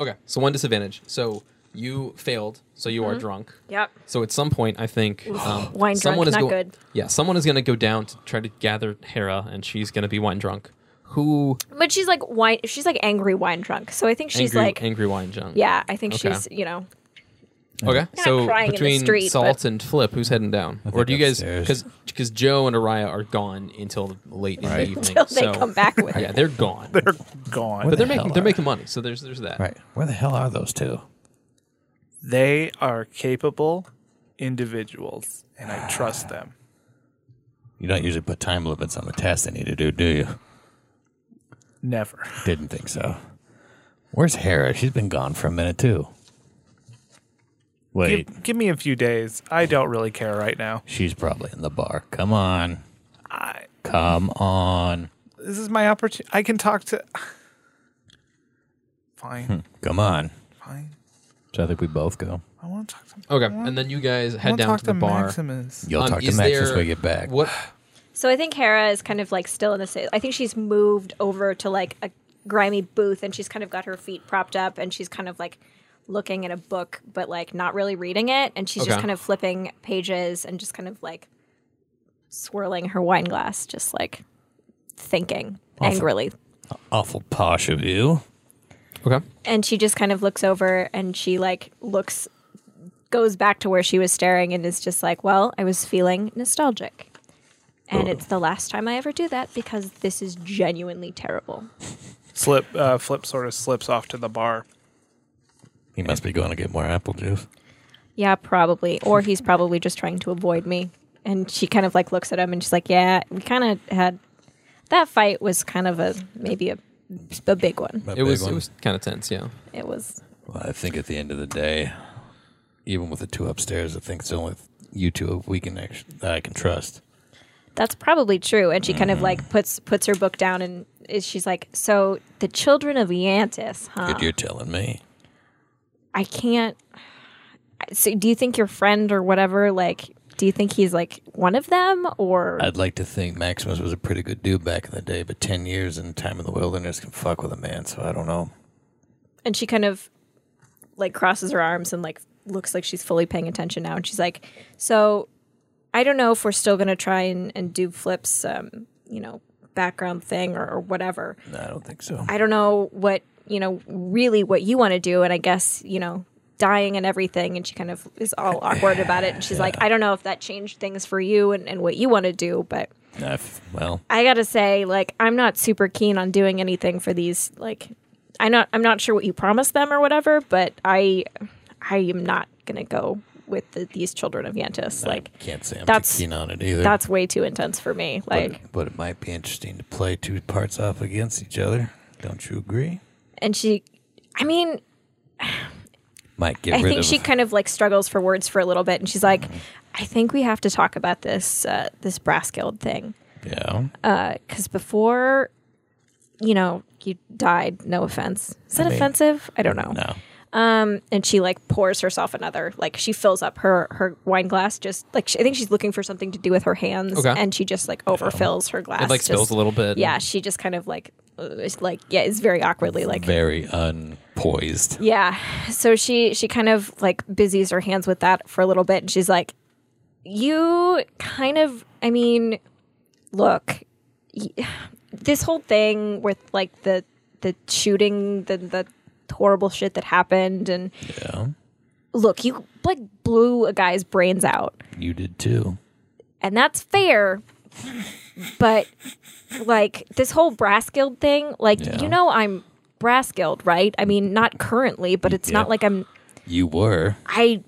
Speaker 1: Okay, so one disadvantage. So you failed. So you are drunk.
Speaker 4: Yep.
Speaker 1: So at some point, I think um,
Speaker 4: Mm-hmm. Wine drunk,
Speaker 1: someone is
Speaker 4: not
Speaker 1: go-
Speaker 4: good.
Speaker 1: Yeah, someone is going to go down to try to gather Hera, and she's going to be wine drunk. Who
Speaker 4: But she's like wine. She's like angry wine drunk. So I think she's
Speaker 1: angry,
Speaker 4: like,
Speaker 1: angry wine drunk?
Speaker 4: yeah. I think
Speaker 1: Okay.
Speaker 4: she's you know.
Speaker 1: Okay. So
Speaker 4: crying in the
Speaker 1: between
Speaker 4: street,
Speaker 1: Salt
Speaker 4: but-
Speaker 1: and Flip, who's heading down, or
Speaker 7: think
Speaker 1: do you guys?
Speaker 7: upstairs.
Speaker 1: Because because Joe and Araya are gone until late in the
Speaker 7: Right.
Speaker 1: evening.
Speaker 4: Until they
Speaker 1: so-
Speaker 4: come back with
Speaker 1: Yeah, they're gone.
Speaker 2: They're gone.
Speaker 1: but they're
Speaker 7: the hell
Speaker 1: making they're
Speaker 7: are
Speaker 1: making money. So there's there's that.
Speaker 7: Right. Where the hell are those two?
Speaker 2: They are capable individuals, and I
Speaker 1: Ah.
Speaker 2: trust them.
Speaker 7: You don't usually put time limits on the tasks they need to do, do you?
Speaker 2: Never.
Speaker 7: Didn't think so. Where's Hera? She's been gone for a minute too. Wait,
Speaker 2: Give, give me a few days. I don't really care right now.
Speaker 7: she's probably in the bar. Come on.
Speaker 2: I,
Speaker 7: Come on.
Speaker 2: this is my opportunity. I can talk to.
Speaker 3: Hmm.
Speaker 2: Fine,
Speaker 7: Come on.
Speaker 2: fine.
Speaker 7: So I think we both go.
Speaker 2: I want to talk to.
Speaker 1: Okay, and then you guys
Speaker 2: I
Speaker 1: head
Speaker 2: want to
Speaker 1: down
Speaker 2: talk
Speaker 1: to
Speaker 2: to,
Speaker 1: the bar.
Speaker 2: Maximus.
Speaker 7: You'll
Speaker 1: Um,
Speaker 7: talk to
Speaker 1: is
Speaker 7: Max
Speaker 1: there-
Speaker 7: as we get back.
Speaker 1: What
Speaker 4: So I think Hera is kind of like still in the same. I think she's moved over to like a grimy booth, and she's kind of got her feet propped up, and she's kind of like looking at a book, but like not really reading it, and she's
Speaker 1: Okay.
Speaker 4: just kind of flipping pages and just kind of like swirling her wine glass, just like thinking angrily.
Speaker 7: Awful posh of you.
Speaker 1: Okay.
Speaker 4: and she just kind of looks over and she like looks goes back to where she was staring and is just like well i was feeling nostalgic and it's the last time i ever do that because this is genuinely terrible
Speaker 2: Slip, uh, flip, sort of slips off to the bar.
Speaker 7: He must be going to get more apple juice.
Speaker 4: yeah probably or he's probably just trying to avoid me and she kind of like looks at him and she's like, "Yeah, we kind of had that fight was kind of a maybe a a big one.
Speaker 1: It was it was kind of tense. Yeah.
Speaker 4: It was
Speaker 3: Well, I think at the end of the day, even with the two upstairs, I think it's only you two we can actually, that I can trust.
Speaker 4: That's probably true. And she kind of like puts puts her book down and is she's like, so the children of Eantis, huh?
Speaker 3: But you're telling me
Speaker 4: I can't. So do you think your friend or whatever, like, do you think he's like one of them or?
Speaker 3: I'd like to think Maximus was a pretty good dude back in the day, but ten years and time in the wilderness can fuck with a man. So I don't know.
Speaker 4: and she kind of like crosses her arms and like looks like she's fully paying attention now. And she's like, so I don't know if we're still gonna try and and do flips, um, you know, background thing or, or whatever.
Speaker 3: No, I don't think so.
Speaker 4: I don't know what you know really what you want to do, and I guess you know dying and everything. And she kind of is all awkward about it, and she's like, I don't know if that changed things for you and, and what you want to do, but
Speaker 3: Nah, f- well,
Speaker 4: I gotta say, like, I'm not super keen on doing anything for these. Like, I not I'm not sure what you promised them or whatever, but I I am not gonna go with the, these children of Yantis. Like,
Speaker 3: can't say I'm
Speaker 4: That's-
Speaker 3: too keen on it either.
Speaker 4: that's way too intense for me. Like,
Speaker 3: but, but it might be interesting to play two parts off against each other. Don't you agree?
Speaker 4: and she, I mean,
Speaker 3: Might get
Speaker 4: I
Speaker 3: rid
Speaker 4: think
Speaker 3: of Mm-hmm.
Speaker 4: she kind of like struggles for words for a little bit, and she's like, "I think we have to talk about this uh, this brass guild thing
Speaker 3: yeah.
Speaker 4: because before, you know, you died. No offense. Is that offensive? I don't know.
Speaker 3: No.
Speaker 4: Um, and she like pours herself another. Like she fills up her her wine glass. Just like she, I think she's looking for something to do with her hands,
Speaker 1: Okay.
Speaker 4: and she just like overfills her glass.
Speaker 1: It like
Speaker 4: just-
Speaker 1: spills a little bit.
Speaker 4: Yeah, she just kind of like, uh, is, like yeah, it's very awkwardly like
Speaker 3: Very unpoised.
Speaker 4: yeah. So she she kind of like busies her hands with that for a little bit and she's like, "You kind of, I mean, look, y- this whole thing with like the the shooting, the the horrible shit that happened and
Speaker 3: Yeah.
Speaker 4: look, you like blew a guy's brains out
Speaker 3: You did too.
Speaker 4: and that's fair. But like this whole brass guild thing, like
Speaker 3: Yeah.
Speaker 4: you know I'm brass guild, right? I mean, not currently, but it's
Speaker 3: Yeah.
Speaker 4: not like I'm
Speaker 3: You were.
Speaker 4: I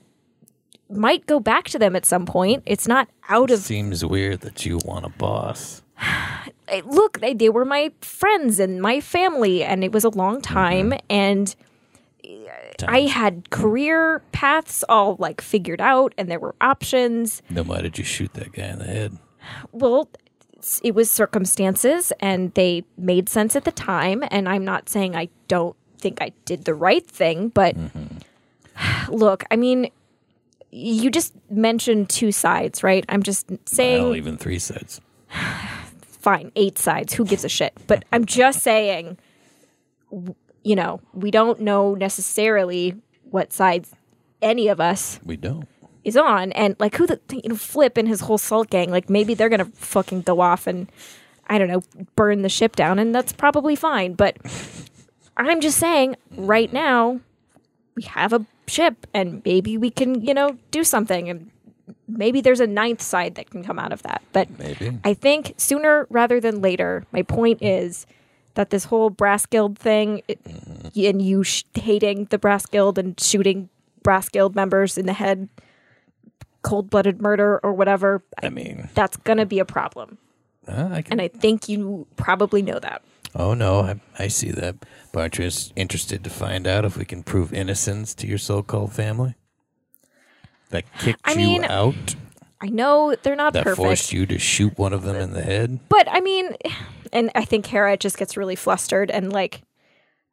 Speaker 4: might go back to them at some point. It's not out of
Speaker 3: Seems weird that you want a boss.
Speaker 4: I- look. They, they were my friends and my family, and it was a long time. And I had career paths all like figured out, and there were options.
Speaker 3: Then why did you shoot that guy in the head?
Speaker 4: Well, it's- it was circumstances, and they made sense at the time. And I'm not saying I don't think I did the right thing, but look, I mean. You just mentioned two sides, right? I'm just saying.
Speaker 3: Hell, even three sides.
Speaker 4: fine, eight sides. Who gives a shit? But I'm just saying, w- you know, we don't know necessarily what sides any of us
Speaker 3: We don't.
Speaker 4: is on, and like who the you know, Flip and his whole salt gang. Like maybe they're gonna fucking go off and I don't know, burn the ship down, and that's probably fine. But I'm just saying, right now we have a ship, and maybe we can you know do something, and maybe there's a ninth side that can come out of that. But
Speaker 3: Maybe.
Speaker 4: I think sooner rather than later. My point is that this whole brass guild thing it, and you sh- hating the brass guild and shooting brass guild members in the head, cold blooded murder or whatever,
Speaker 3: I mean,
Speaker 4: that's going to be a problem.
Speaker 3: uh, I can.
Speaker 4: And I think you probably know that.
Speaker 3: Oh no, I, I see that. But aren't you just interested to find out if we can prove innocence to your so-called family that kicked
Speaker 4: I
Speaker 3: you
Speaker 4: mean,
Speaker 3: out,
Speaker 4: I know they're not
Speaker 3: that
Speaker 4: perfect.
Speaker 3: forced you to shoot one of them in the head?
Speaker 4: but I mean, and I think Hera just gets really flustered and like,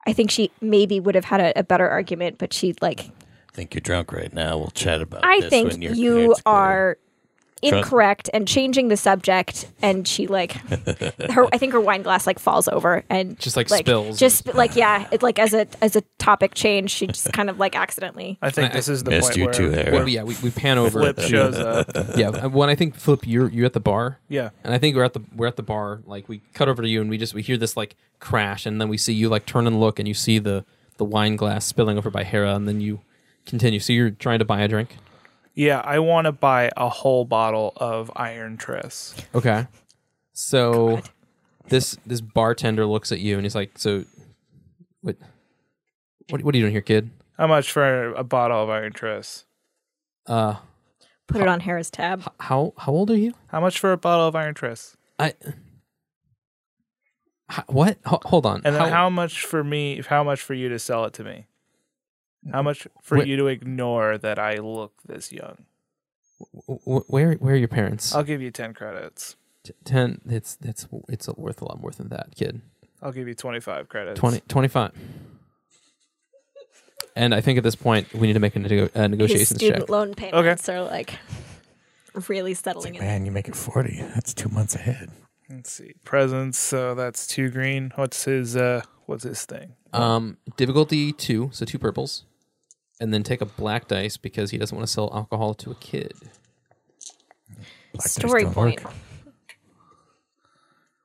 Speaker 4: I think she maybe would have had a, a better argument, but she like
Speaker 3: think you're drunk right now. We'll chat about.
Speaker 4: I
Speaker 3: this
Speaker 4: think
Speaker 3: when your
Speaker 4: you
Speaker 3: head's clear.
Speaker 4: are incorrect and changing the subject. And she like, her I think her wine glass like falls over and
Speaker 1: Just, like, spills
Speaker 4: Just sp- like yeah, it like as a as a topic change, she just kind of like accidentally.
Speaker 2: I think
Speaker 1: I-
Speaker 2: this is the
Speaker 3: Missed
Speaker 2: point
Speaker 3: you
Speaker 2: where
Speaker 3: too, Harry.
Speaker 1: Well, yeah, we, we pan over.
Speaker 2: Flip
Speaker 1: to-
Speaker 2: shows up.
Speaker 1: Yeah, when I think Flip, you're you're at the bar.
Speaker 2: Yeah.
Speaker 1: and I think we're at the we're at the bar. Like we cut over to you, and we just we hear this like crash, and then we see you like turn and look, and you see the the wine glass spilling over by Hera, and then you continue. So you're trying to buy a drink.
Speaker 2: Yeah, I want to buy a whole bottle of Iron Triss.
Speaker 1: Okay. So this this bartender looks at you, and he's like, "So, what what what are you doing here, kid?
Speaker 2: How much for a bottle of Iron Triss?
Speaker 1: Uh,
Speaker 4: Put it on Hera's tab.
Speaker 1: How how old are you?
Speaker 2: How much for a bottle of Iron Tress?
Speaker 1: I. Ho- What? Ho- hold on.
Speaker 2: And then how, much for me? How much for you to sell it to me? How much for
Speaker 1: Wait.
Speaker 2: you to ignore that I look this young?
Speaker 1: wh- wh- where where are your parents?
Speaker 2: I'll give you ten credits.
Speaker 1: T- Ten. It's it's it's worth a lot more than that, kid.
Speaker 2: I'll give you twenty five credits.
Speaker 1: 20, 25. And I think at this point we need to make a, nego- a
Speaker 4: His
Speaker 1: negotiations check.
Speaker 4: student loan payments are like really settling in.
Speaker 3: Man, you make it 40. That's two months ahead.
Speaker 2: Let's see presents. So that's two green. What's his? uh What's his thing?
Speaker 1: Um, difficulty two, so two purples, and then take a black dice because he doesn't want to sell alcohol to a kid.
Speaker 4: Story
Speaker 3: don't
Speaker 4: point.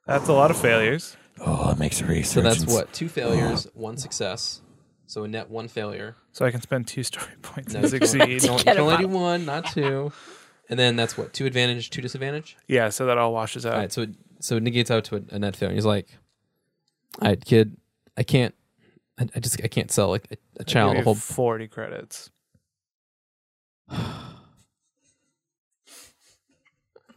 Speaker 2: That's a lot of failures.
Speaker 3: Oh, it makes a resurgence.
Speaker 1: So that's what two failures, one success. So a net one failure.
Speaker 2: So I can spend two story points
Speaker 1: No,
Speaker 2: and
Speaker 1: you can-
Speaker 2: succeed.
Speaker 1: You can only do one, not two. And then that's what two advantage, two disadvantage.
Speaker 2: yeah, so that all washes out.
Speaker 1: All right, so it, so it negates out to a, a net failure. He's like, "All right, kid, I can't, I, I just I can't sell like a, a
Speaker 2: I'll give
Speaker 1: child a
Speaker 2: you
Speaker 1: whole
Speaker 2: forty credits.
Speaker 1: And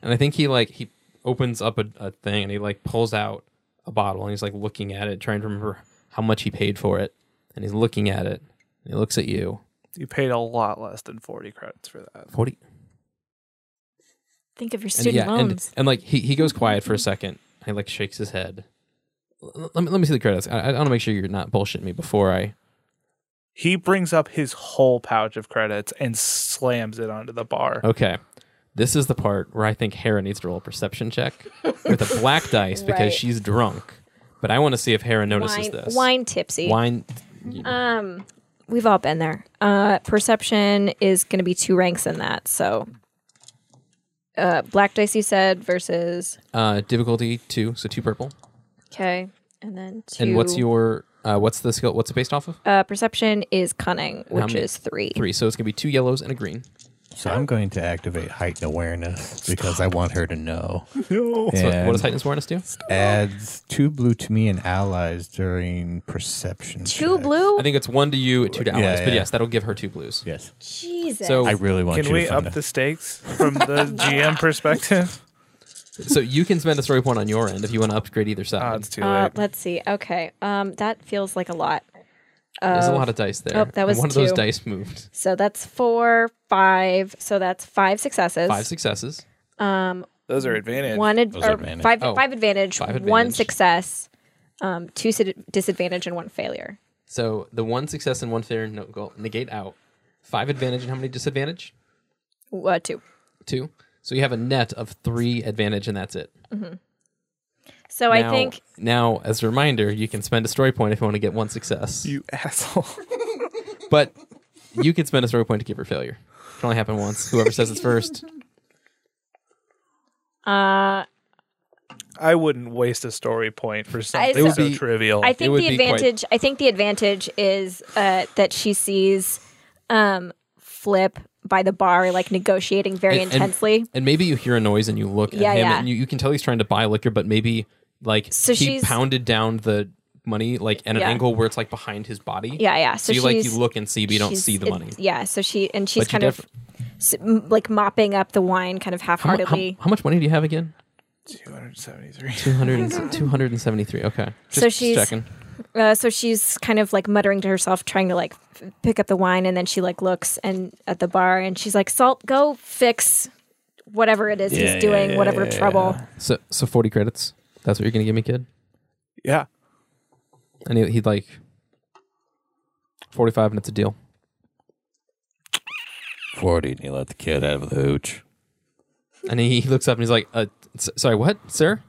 Speaker 1: I think he like he opens up a, a thing and he like pulls out a bottle and he's like looking at it, trying to remember how much he paid for it. And he's looking at it. And he looks at you.
Speaker 2: You paid a lot less than forty credits for that.
Speaker 1: Forty.
Speaker 4: Think of your
Speaker 1: And
Speaker 4: student
Speaker 1: yeah, and,
Speaker 4: loans.
Speaker 1: and like he, he goes quiet for a second. And he like shakes his head. L- Let me, let me see the credits. I, I want to make sure you're not bullshitting me before I.
Speaker 2: He brings up his whole pouch of credits and slams it onto the bar.
Speaker 1: Okay. This is the part where I think Hera needs to roll a perception check with a black dice because
Speaker 4: Right.
Speaker 1: she's drunk. But I want to see if Hera notices
Speaker 4: wine,
Speaker 1: this.
Speaker 4: wine tipsy.
Speaker 1: Wine.
Speaker 4: Um, we've all been there. Uh, perception is going to be two ranks in that. So, uh, black dice you said versus
Speaker 1: Uh, difficulty two, so two purple.
Speaker 4: okay, and then two.
Speaker 1: And what's your uh, what's the skill? What's it based off of?
Speaker 4: uh, perception is cunning, which
Speaker 1: many?
Speaker 4: is three.
Speaker 1: Three. So it's gonna be two yellows and a green.
Speaker 3: So I'm going to activate heightened awareness because I want her to know.
Speaker 2: No.
Speaker 1: So
Speaker 3: And
Speaker 1: what does Titan's awareness do?
Speaker 3: adds two blue to me and allies during perception.
Speaker 4: Two
Speaker 3: checks.
Speaker 4: blue.
Speaker 1: I think it's one to you, two to Alice. But
Speaker 3: yeah.
Speaker 1: yes, that'll give her two blues.
Speaker 3: Yes.
Speaker 4: Jesus.
Speaker 1: So
Speaker 3: I really want
Speaker 2: Can
Speaker 3: you
Speaker 2: we
Speaker 3: to find
Speaker 2: up
Speaker 3: out.
Speaker 2: the stakes from the GM perspective?
Speaker 1: so you can spend a story point on your end if you want to upgrade either
Speaker 2: Oh,
Speaker 1: side.
Speaker 2: it's too
Speaker 4: uh,
Speaker 2: late.
Speaker 4: let's see. Okay. Um, that feels like a lot.
Speaker 1: There's a lot of dice there.
Speaker 4: oh, that
Speaker 1: And
Speaker 4: was
Speaker 1: one of those
Speaker 4: two.
Speaker 1: dice moved.
Speaker 4: So that's four, five. So that's five successes.
Speaker 1: Five successes.
Speaker 2: Those are advantage.
Speaker 4: one ad-
Speaker 3: are
Speaker 4: or
Speaker 3: advantage.
Speaker 4: five
Speaker 1: Oh.
Speaker 4: five advantage,
Speaker 1: Five
Speaker 4: one
Speaker 1: advantage.
Speaker 4: success, um, two si- disadvantage, and one failure.
Speaker 1: So the one success and one failure no- go- negate out. Five advantage and how many disadvantage?
Speaker 4: Uh, two.
Speaker 1: Two. So you have a net of three advantage and that's it.
Speaker 4: So Oh, I
Speaker 1: Now-
Speaker 4: think
Speaker 1: now as a reminder, you can spend a story point if you want to get one success.
Speaker 2: You asshole.
Speaker 1: But you can spend a story point to give her failure. It can only happen once. Whoever says it's first.
Speaker 4: uh,
Speaker 2: I wouldn't waste a story point for something
Speaker 4: It would
Speaker 2: so
Speaker 1: be-
Speaker 2: trivial.
Speaker 4: I
Speaker 1: It
Speaker 4: think
Speaker 1: would
Speaker 4: the
Speaker 1: be quite-
Speaker 4: advantage. I think the advantage is uh, that she sees um, Flip by the bar, like negotiating very
Speaker 1: And- and-
Speaker 4: intensely.
Speaker 1: And maybe you hear a noise and you look at
Speaker 4: Yeah,
Speaker 1: him
Speaker 4: yeah.
Speaker 1: and you, you can tell he's trying to buy liquor, but maybe like
Speaker 4: So
Speaker 1: he
Speaker 4: she's-
Speaker 1: pounded down the money like at an
Speaker 4: Yeah.
Speaker 1: angle where it's like behind his body.
Speaker 4: yeah, yeah.
Speaker 1: So,
Speaker 4: So,
Speaker 1: you like you
Speaker 4: she's-
Speaker 1: look and see, but you don't
Speaker 4: she's-
Speaker 1: see the
Speaker 4: it-
Speaker 1: money.
Speaker 4: Yeah. So she and she's
Speaker 1: But you
Speaker 4: kind of s- m- like mopping up the wine, kind of
Speaker 1: How, mu- how,
Speaker 4: half-heartedly.
Speaker 1: how much money do you have again?
Speaker 2: 273.
Speaker 1: 200 and, 273. Okay. Just,
Speaker 4: So
Speaker 1: just
Speaker 4: she's-
Speaker 1: checking.
Speaker 4: Uh, so she's kind of like muttering to herself, trying to like f- pick up the wine, and then she like looks and at the bar, and she's like, "Salt, go fix whatever it is he's doing, whatever trouble."
Speaker 1: So so 40 credits. That's what you're going to give me, kid?
Speaker 2: Yeah.
Speaker 1: And he, he'd like 45 and it's a deal.
Speaker 3: 40 and you let the kid out of the hooch.
Speaker 1: And he, he looks up and he's like, uh, s- sorry, what, sir?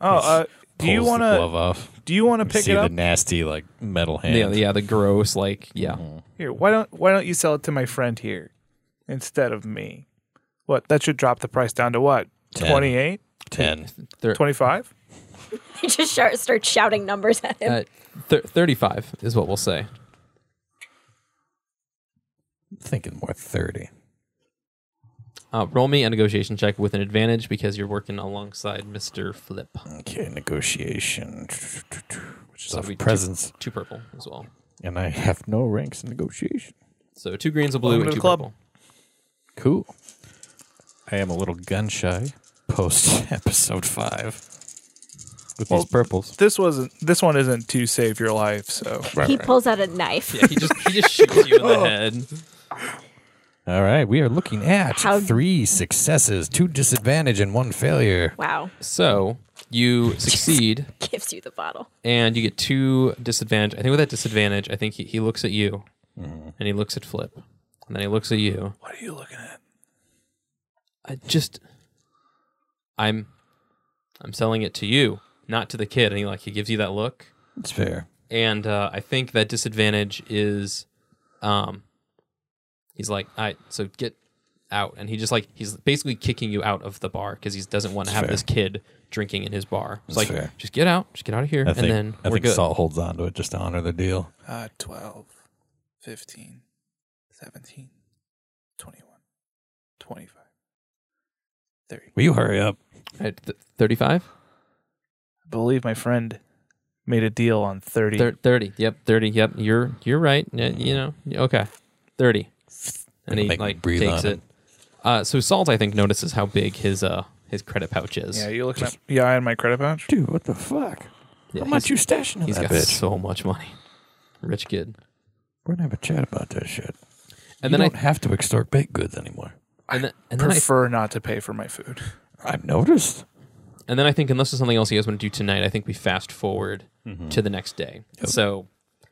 Speaker 2: Oh, uh, do you
Speaker 3: Pulls the
Speaker 2: want
Speaker 3: glove
Speaker 2: to
Speaker 3: off?
Speaker 2: do you want to
Speaker 3: You
Speaker 2: pick
Speaker 3: see
Speaker 2: it
Speaker 3: the
Speaker 2: up?
Speaker 3: nasty like metal hand.
Speaker 1: Yeah, yeah, the gross, like, yeah.
Speaker 2: Here, why don't why don't you sell it to my friend here instead of me? What? That should drop the price down to what?
Speaker 3: Ten.
Speaker 2: 28,
Speaker 3: 10.
Speaker 1: Thir-
Speaker 2: 25?
Speaker 4: They just start, start shouting numbers at him.
Speaker 1: uh, thir- 35 is what we'll say.
Speaker 3: I'm thinking more 30.
Speaker 1: Uh, roll me a negotiation check with an advantage because you're working alongside Mr. Flip.
Speaker 3: Okay, negotiation. Which is
Speaker 1: So
Speaker 3: off
Speaker 1: we do-
Speaker 3: presence.
Speaker 1: Two purple as well.
Speaker 3: And I have no ranks in negotiation.
Speaker 1: So two greens, a blue,
Speaker 2: Welcome
Speaker 1: and
Speaker 2: to
Speaker 1: two
Speaker 2: the club.
Speaker 1: purple.
Speaker 3: Cool. I am a little gun shy post episode five with these purples.
Speaker 2: This wasn't. This one isn't to save your life. So
Speaker 4: he pulls out a knife.
Speaker 1: Yeah, he just he just shoots you in the head.
Speaker 3: All right, we are looking at
Speaker 4: How-
Speaker 3: three successes, two disadvantage, and one failure.
Speaker 4: Wow.
Speaker 1: So you succeed
Speaker 4: Gives you the bottle.
Speaker 1: and you get two disadvantage. I think with that disadvantage, I think he, he looks at you and he looks at Flip and then he looks at you.
Speaker 2: what are you looking at?
Speaker 1: I just I'm I'm selling it to you, not to the kid. And he like he gives you that look.
Speaker 3: It's fair.
Speaker 1: and uh, I think that disadvantage is, um, he's like, all right, so get out, and he just like he's basically kicking you out of the bar because he doesn't want to have
Speaker 3: fair.
Speaker 1: this kid drinking in his bar. It's like,
Speaker 3: That's fair.
Speaker 1: just get out, just get out of here,
Speaker 3: I
Speaker 1: and
Speaker 3: think,
Speaker 1: then
Speaker 3: I
Speaker 1: we're
Speaker 3: think
Speaker 1: good.
Speaker 3: Saul holds on to it just to honor the deal.
Speaker 2: Uh, 12, 15, 17, 21, 25, 30.
Speaker 3: Will you hurry up?
Speaker 1: Thirty-five,
Speaker 2: I believe my friend made a deal on 30.
Speaker 1: Thir- thirty. Yep, thirty. Yep, you're you're right. Yeah, you know, okay, thirty, and he
Speaker 3: Like,
Speaker 1: like
Speaker 3: breathe
Speaker 1: takes it.
Speaker 3: on it.
Speaker 1: Uh, so Salt, I think, notices how big his uh his credit pouch is.
Speaker 2: Yeah, you looking at yeah I had my credit pouch?
Speaker 3: Dude, what the fuck?
Speaker 1: Yeah,
Speaker 3: How
Speaker 1: he's-
Speaker 3: much you stashing in
Speaker 1: He's
Speaker 3: that
Speaker 1: got
Speaker 3: bitch?
Speaker 1: so much money. Rich kid.
Speaker 3: We're gonna have a chat about that shit.
Speaker 1: And
Speaker 3: you
Speaker 1: then
Speaker 3: don't have to extort baked goods anymore.
Speaker 1: I and then, and then I
Speaker 2: Prefer not to pay for my food.
Speaker 3: I've noticed.
Speaker 1: and then I think unless there's something else you guys want to do tonight, I think we fast forward
Speaker 3: Mm-hmm.
Speaker 1: to the next day. So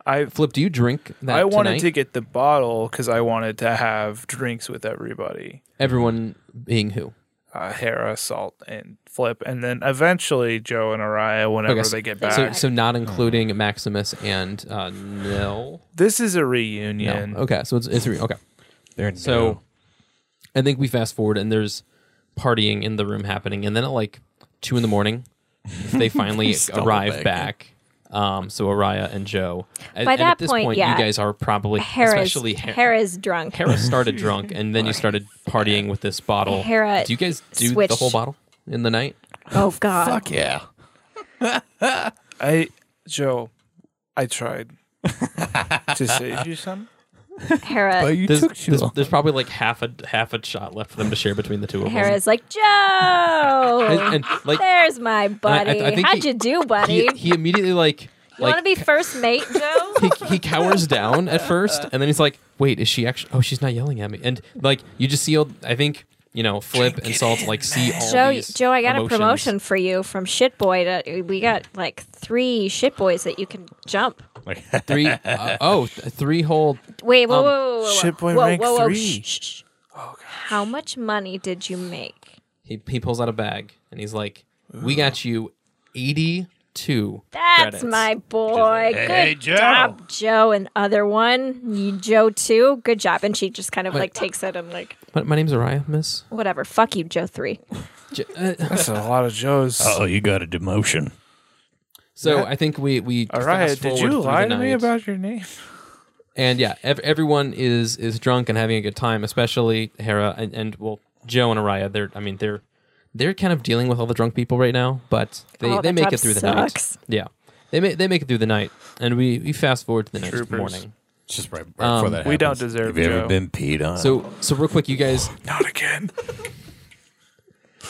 Speaker 2: I
Speaker 1: Flip, do you drink that
Speaker 2: I wanted to
Speaker 1: tonight?
Speaker 2: get the bottle because I wanted to have drinks with everybody.
Speaker 1: Everyone being who?
Speaker 2: Uh, Hera, Salt, and Flip, and then eventually Joe and Araya whenever
Speaker 1: so,
Speaker 2: they get back.
Speaker 1: So, so not including Maximus and uh, Nil.
Speaker 2: this is a reunion.
Speaker 1: No. Okay, so it's, it's okay.
Speaker 3: They're
Speaker 1: So
Speaker 3: new.
Speaker 1: I think we fast forward and there's partying in the room happening, and then at like two in the morning, they finally
Speaker 3: Stumble
Speaker 1: arrive
Speaker 3: back
Speaker 1: back. Um, so Araya and Joe. A-
Speaker 4: By
Speaker 1: and
Speaker 4: that
Speaker 1: at this
Speaker 4: point,
Speaker 1: point,
Speaker 4: yeah.
Speaker 1: you guys are probably,
Speaker 4: Hera's,
Speaker 1: especially Har-
Speaker 4: Hera's drunk.
Speaker 1: Hera started drunk, and then you started partying with this bottle.
Speaker 4: Hera
Speaker 1: do you guys do
Speaker 4: switched-
Speaker 1: the whole bottle in the night?
Speaker 4: oh God.
Speaker 3: fuck yeah.
Speaker 2: I Joe, I tried to save you some.
Speaker 4: Hera.
Speaker 3: you
Speaker 1: There's,
Speaker 3: took too
Speaker 1: there's,
Speaker 3: long.
Speaker 1: there's probably like half a half a shot left for them to share between the two of them.
Speaker 4: Hera's like Joe.
Speaker 1: And, and, like
Speaker 4: There's my buddy.
Speaker 1: I think
Speaker 4: How'd
Speaker 1: he-
Speaker 4: you do, buddy?
Speaker 1: he,
Speaker 4: you
Speaker 1: he immediately like
Speaker 4: want
Speaker 1: like
Speaker 4: to be first mate, Joe?
Speaker 1: he, he cowers down at first, and then he's like, "Wait, is she actually? Oh, she's not yelling at me." And like, you just see, all, I think you know, Flip and Salt like see all
Speaker 4: Joe,
Speaker 1: these
Speaker 4: Joe, I got
Speaker 1: emotions.
Speaker 4: a promotion for you from shit boy to. We got like three shit boys that you can jump.
Speaker 1: Three, uh, oh, th- three whole.
Speaker 4: Wait,
Speaker 1: Um,
Speaker 4: whoa, whoa, whoa, whoa, whoa,
Speaker 2: shit boy
Speaker 4: whoa,
Speaker 2: rank
Speaker 4: whoa, whoa,
Speaker 2: three. Oh,
Speaker 4: shh, shh, shh. How much money did you make?
Speaker 1: He he pulls out a bag, and he's like, "We got you eighty-two.
Speaker 4: That's
Speaker 1: credits."
Speaker 4: my boy. Good job, Joe. And other one, you, Joe too. Good job. And she just kind of like takes it and like
Speaker 1: My, my name's Araya, Miss.
Speaker 4: whatever. Fuck you, Joe three.
Speaker 1: J- uh,
Speaker 2: That's a lot of Joes.
Speaker 3: oh, you got a demotion.
Speaker 1: so I think we we
Speaker 2: Araya,
Speaker 1: fast
Speaker 2: did
Speaker 1: forward
Speaker 2: you
Speaker 1: through
Speaker 2: lie
Speaker 1: the
Speaker 2: to me
Speaker 1: night.
Speaker 2: about your name?
Speaker 1: And yeah, ev- everyone is is drunk and having a good time, especially Hera and, and well Joe and Araya. They're I mean they're they're kind of dealing with all the drunk people right now, but they,
Speaker 4: Oh,
Speaker 1: they
Speaker 4: that
Speaker 1: make
Speaker 4: job
Speaker 1: it through the
Speaker 4: sucks.
Speaker 1: night. Yeah, they make they make it through the night, and we, we fast forward to the next
Speaker 2: Troopers.
Speaker 1: morning.
Speaker 3: Just right, right
Speaker 1: Um,
Speaker 3: before that.
Speaker 2: we don't
Speaker 3: happens.
Speaker 2: deserve
Speaker 3: Have you
Speaker 2: Joe.
Speaker 3: ever been peed on?
Speaker 1: So so real quick, you guys,
Speaker 2: Not again.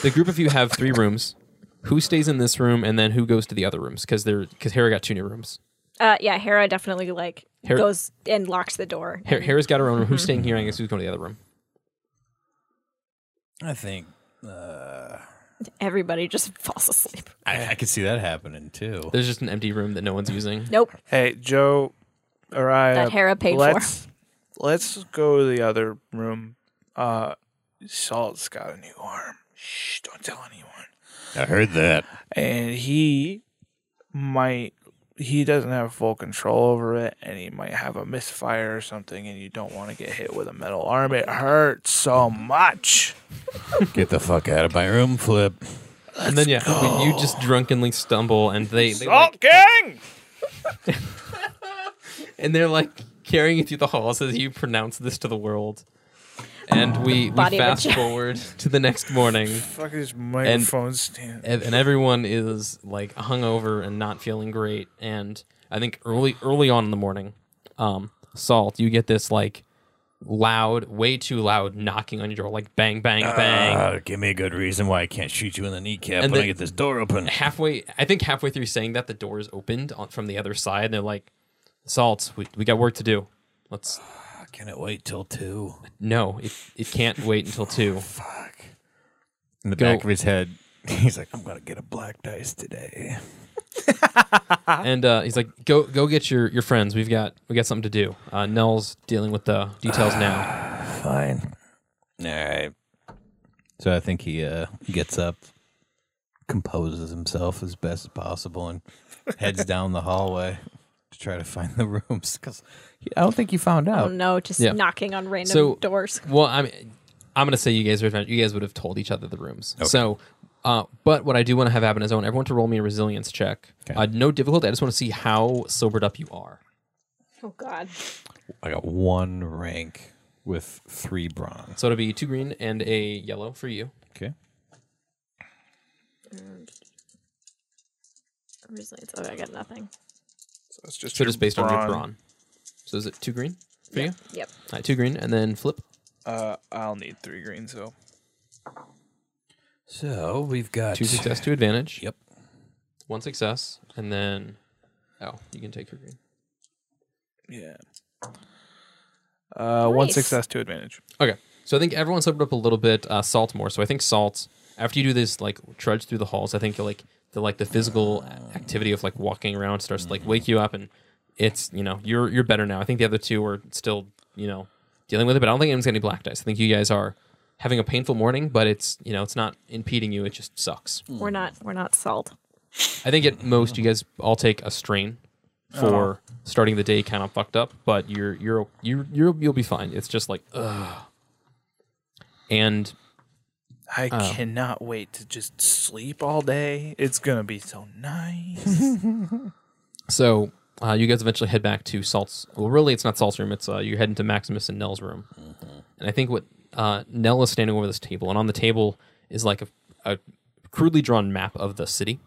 Speaker 1: the group of you have three rooms. Who stays in this room, and then who goes to the other rooms? Because they're because Hera got two new rooms.
Speaker 4: Uh, yeah, Hera definitely like
Speaker 1: Hera-
Speaker 4: goes and locks the door.
Speaker 1: Her- Hera's got her own room. Who's staying here? I guess who's going to the other room?
Speaker 3: I think uh,
Speaker 4: Everybody just falls asleep.
Speaker 3: I, I could see that happening too.
Speaker 1: There's just an empty room that no one's using.
Speaker 4: Nope.
Speaker 2: Hey, Joe, Araya.
Speaker 4: That Hera paid for.
Speaker 2: let's, for. Let's go to the other room. Uh, Salt's got a new arm. Shh, don't tell anyone.
Speaker 3: I heard that.
Speaker 2: And he might. He doesn't have full control over it, and he might have a misfire or something, and you don't want to get hit with a metal arm. It hurts so much.
Speaker 3: Get the fuck out of my room, Flip.
Speaker 1: and then yeah, you just drunkenly stumble, and they, they like,
Speaker 2: Salt Gang!
Speaker 1: and they're like carrying you through the halls as you pronounce this to the world. And we, we
Speaker 4: Body of a
Speaker 1: fast
Speaker 4: giant.
Speaker 1: forward to the next morning,
Speaker 2: Fuck this microphone stand.
Speaker 1: and, and everyone is like hungover and not feeling great. And I think early early on in the morning, um, Salt, you get this like loud, way too loud knocking on your door, like bang, bang, bang.
Speaker 3: Uh, give me a good reason why I can't shoot you in the kneecap
Speaker 1: And
Speaker 3: when I
Speaker 1: the-
Speaker 3: get this door open.
Speaker 1: halfway, I think halfway through saying that, the door is opened on, from the other side, and they're like, "Salts, we, we got work to do. Let's
Speaker 3: Can it wait till two?
Speaker 1: no, it, it can't wait until two.
Speaker 3: Fuck.
Speaker 7: In the
Speaker 1: Go.
Speaker 7: back of his head,
Speaker 3: He's like, I'm gonna get a black dice today.
Speaker 1: And uh, he's like, "Go go get your, your friends. We've got we got something to do. Uh, Nell's dealing with the details now.
Speaker 3: Fine. All right. So I think he uh, gets up, composes himself as best as possible, and heads down the hallway to try to find the rooms. Because I don't think he found
Speaker 4: Oh
Speaker 3: out.
Speaker 4: no, just
Speaker 1: Yeah.
Speaker 4: knocking on random
Speaker 1: So-
Speaker 4: doors.
Speaker 1: Well, I mean, I'm gonna say you guys are you guys would have told each other the rooms. So, uh, but what I do want to have happen is I want everyone to roll me a resilience check. Uh, no difficulty. I just want to see how sobered up you are.
Speaker 4: Oh god.
Speaker 3: I got one rank with three bronze.
Speaker 1: So it'll be two green and a yellow for you.
Speaker 3: Okay.
Speaker 4: Resilience. Mm. Oh, I got nothing.
Speaker 2: So it's just
Speaker 1: So
Speaker 2: your
Speaker 1: just based on your
Speaker 2: brawn.
Speaker 1: brawn. So is it two green for you?
Speaker 4: Yep.
Speaker 1: All right, two green, and then flip.
Speaker 2: Uh, I'll need three green. So
Speaker 3: So we've got
Speaker 1: Two success, two advantage.
Speaker 3: Yep.
Speaker 1: One success, and then oh, you can take your green.
Speaker 2: yeah. Uh, one
Speaker 4: Nice.
Speaker 2: success, two advantage.
Speaker 1: Okay, so I think everyone sobered up a little bit. Uh, salt more. So I think salt. After you do this, like trudge through the halls, I think like the like the physical activity of like walking around starts to like wake you up, and it's you know you're you're better now. I think the other two are still you know dealing with it, but I don't think anyone's got any black dice. I think you guys are having a painful morning, but it's you know it's not impeding you. It just sucks.
Speaker 4: We're not. We're not salt.
Speaker 1: I think at most you guys all take a strain for starting the day kind of fucked up, but you're you're you you're you'll be fine. It's just like ugh. And
Speaker 2: I
Speaker 4: Oh.
Speaker 2: cannot wait to just sleep all day. It's gonna be so nice.
Speaker 1: so uh, you guys eventually head back to Salt's. Well, really, it's not Salt's room. It's uh, you're heading to Maximus and Nell's room. And I think what uh, Nell is standing over this table, and on the table is like a, a crudely drawn map of the city.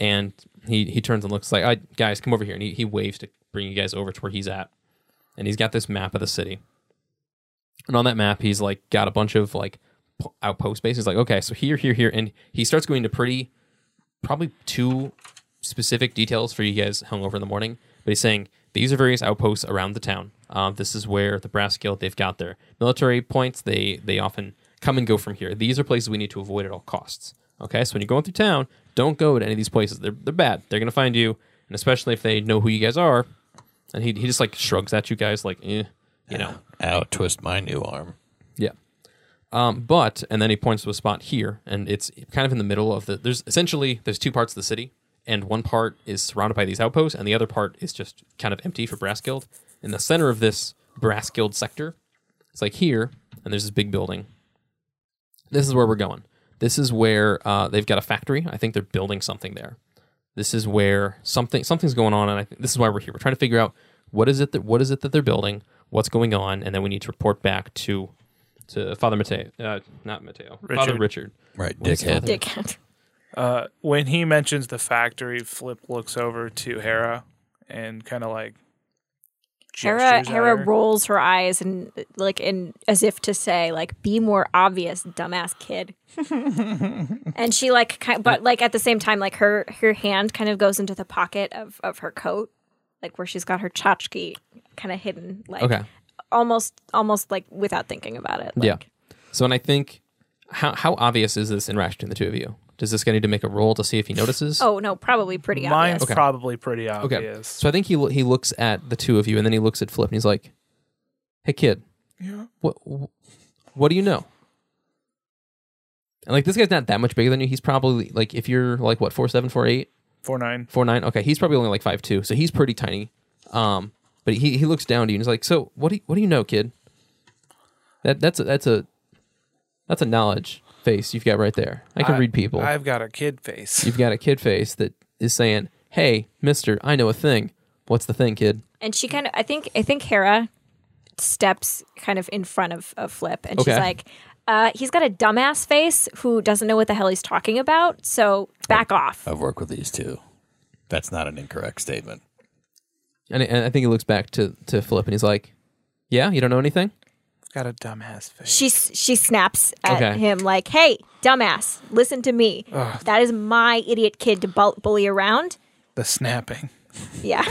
Speaker 1: And he he turns and looks like, "I guys, come over here." And he, he waves to bring you guys over to where he's at. And he's got this map of the city. And on that map, he's like got a bunch of like p- outpost bases. Like, okay, so here, here, here, and he starts going to pretty, probably two specific details for you guys hung over in the morning. But he's saying these are various outposts around the town. Uh, this is where the brass guild they've got their military points. They they often come and go from here. These are places we need to avoid at all costs. Okay, so when you're going through town, don't go to any of these places. They're they're bad. They're gonna find you, and especially if they know who you guys are. And he he just like shrugs at you guys like, eh, you know.
Speaker 3: Ow, twist my new arm.
Speaker 1: Yeah. Um, but and then he points to a spot here, and it's kind of in the middle of the. There's essentially there's two parts of the city, and one part is surrounded by these outposts, and the other part is just kind of empty for Brass Guild. In the center of this Brass Guild sector, it's like here, and there's this big building. This is where we're going. This is where uh, they've got a factory. I think they're building something there. This is where something something's going on, and I think this is why we're here. We're trying to figure out what is it that what is it that they're building, what's going on, and then we need to report back to to Father Mateo, uh, not Mateo, Father
Speaker 2: Richard.
Speaker 1: Richard.
Speaker 3: Right,
Speaker 1: What's
Speaker 3: dickhead.
Speaker 1: the
Speaker 4: Dickhead.
Speaker 2: Uh, when he mentions the factory, Flip looks over to Hera and kind of like.
Speaker 4: Hera,
Speaker 2: gestures at
Speaker 4: Hera
Speaker 2: her.
Speaker 4: rolls her eyes and like in as if to say like be more obvious dumbass kid. and she like ki but like at the same time like her her hand kind of goes into the pocket of of her coat like where she's got her tchotchke kind of hidden like
Speaker 1: Okay.
Speaker 4: almost almost like without thinking about it. Like,
Speaker 1: Yeah. So, and I think how how obvious is this interaction between the two of you? Does this guy need to make a roll to see if he notices?
Speaker 4: Oh no, probably pretty
Speaker 2: Mine's
Speaker 4: obvious.
Speaker 1: Okay.
Speaker 2: probably pretty
Speaker 1: okay.
Speaker 2: obvious.
Speaker 1: So I think he lo- he looks at the two of you, and then he looks at Flip, and he's like, "Hey, kid,
Speaker 2: Yeah.
Speaker 1: what wh- what do you know?" And like this guy's not that much bigger than you. He's probably like if you're like what four seven four eight.
Speaker 2: Four nine.
Speaker 1: four nine. Okay, he's probably only like five two, so he's pretty tiny. Um, but he, he looks down to you and he's like, "So what do you, what do you know, kid? That that's a, that's a that's a knowledge face you've got right there. I can read people.
Speaker 2: I've got a kid face.
Speaker 1: you've got a kid face that is saying, "Hey, Mister, I know a thing. What's the thing, kid?
Speaker 4: And she kind of, I think, I think Hera steps kind of in front of, of Flip, and she's
Speaker 1: Okay.
Speaker 4: like, uh, "He's got a dumbass face who doesn't know what the hell he's talking about, so back off."
Speaker 3: I've worked with these two. That's not an incorrect statement.
Speaker 1: And, I- and I think he looks back to to Flip and he's like, "Yeah, you don't know anything.
Speaker 2: got a dumbass face.
Speaker 4: She s- she snaps at
Speaker 1: Okay.
Speaker 4: him like, "Hey, dumbass, listen to me. That is my idiot kid to bu- bully around."
Speaker 2: the snapping.
Speaker 4: Yeah.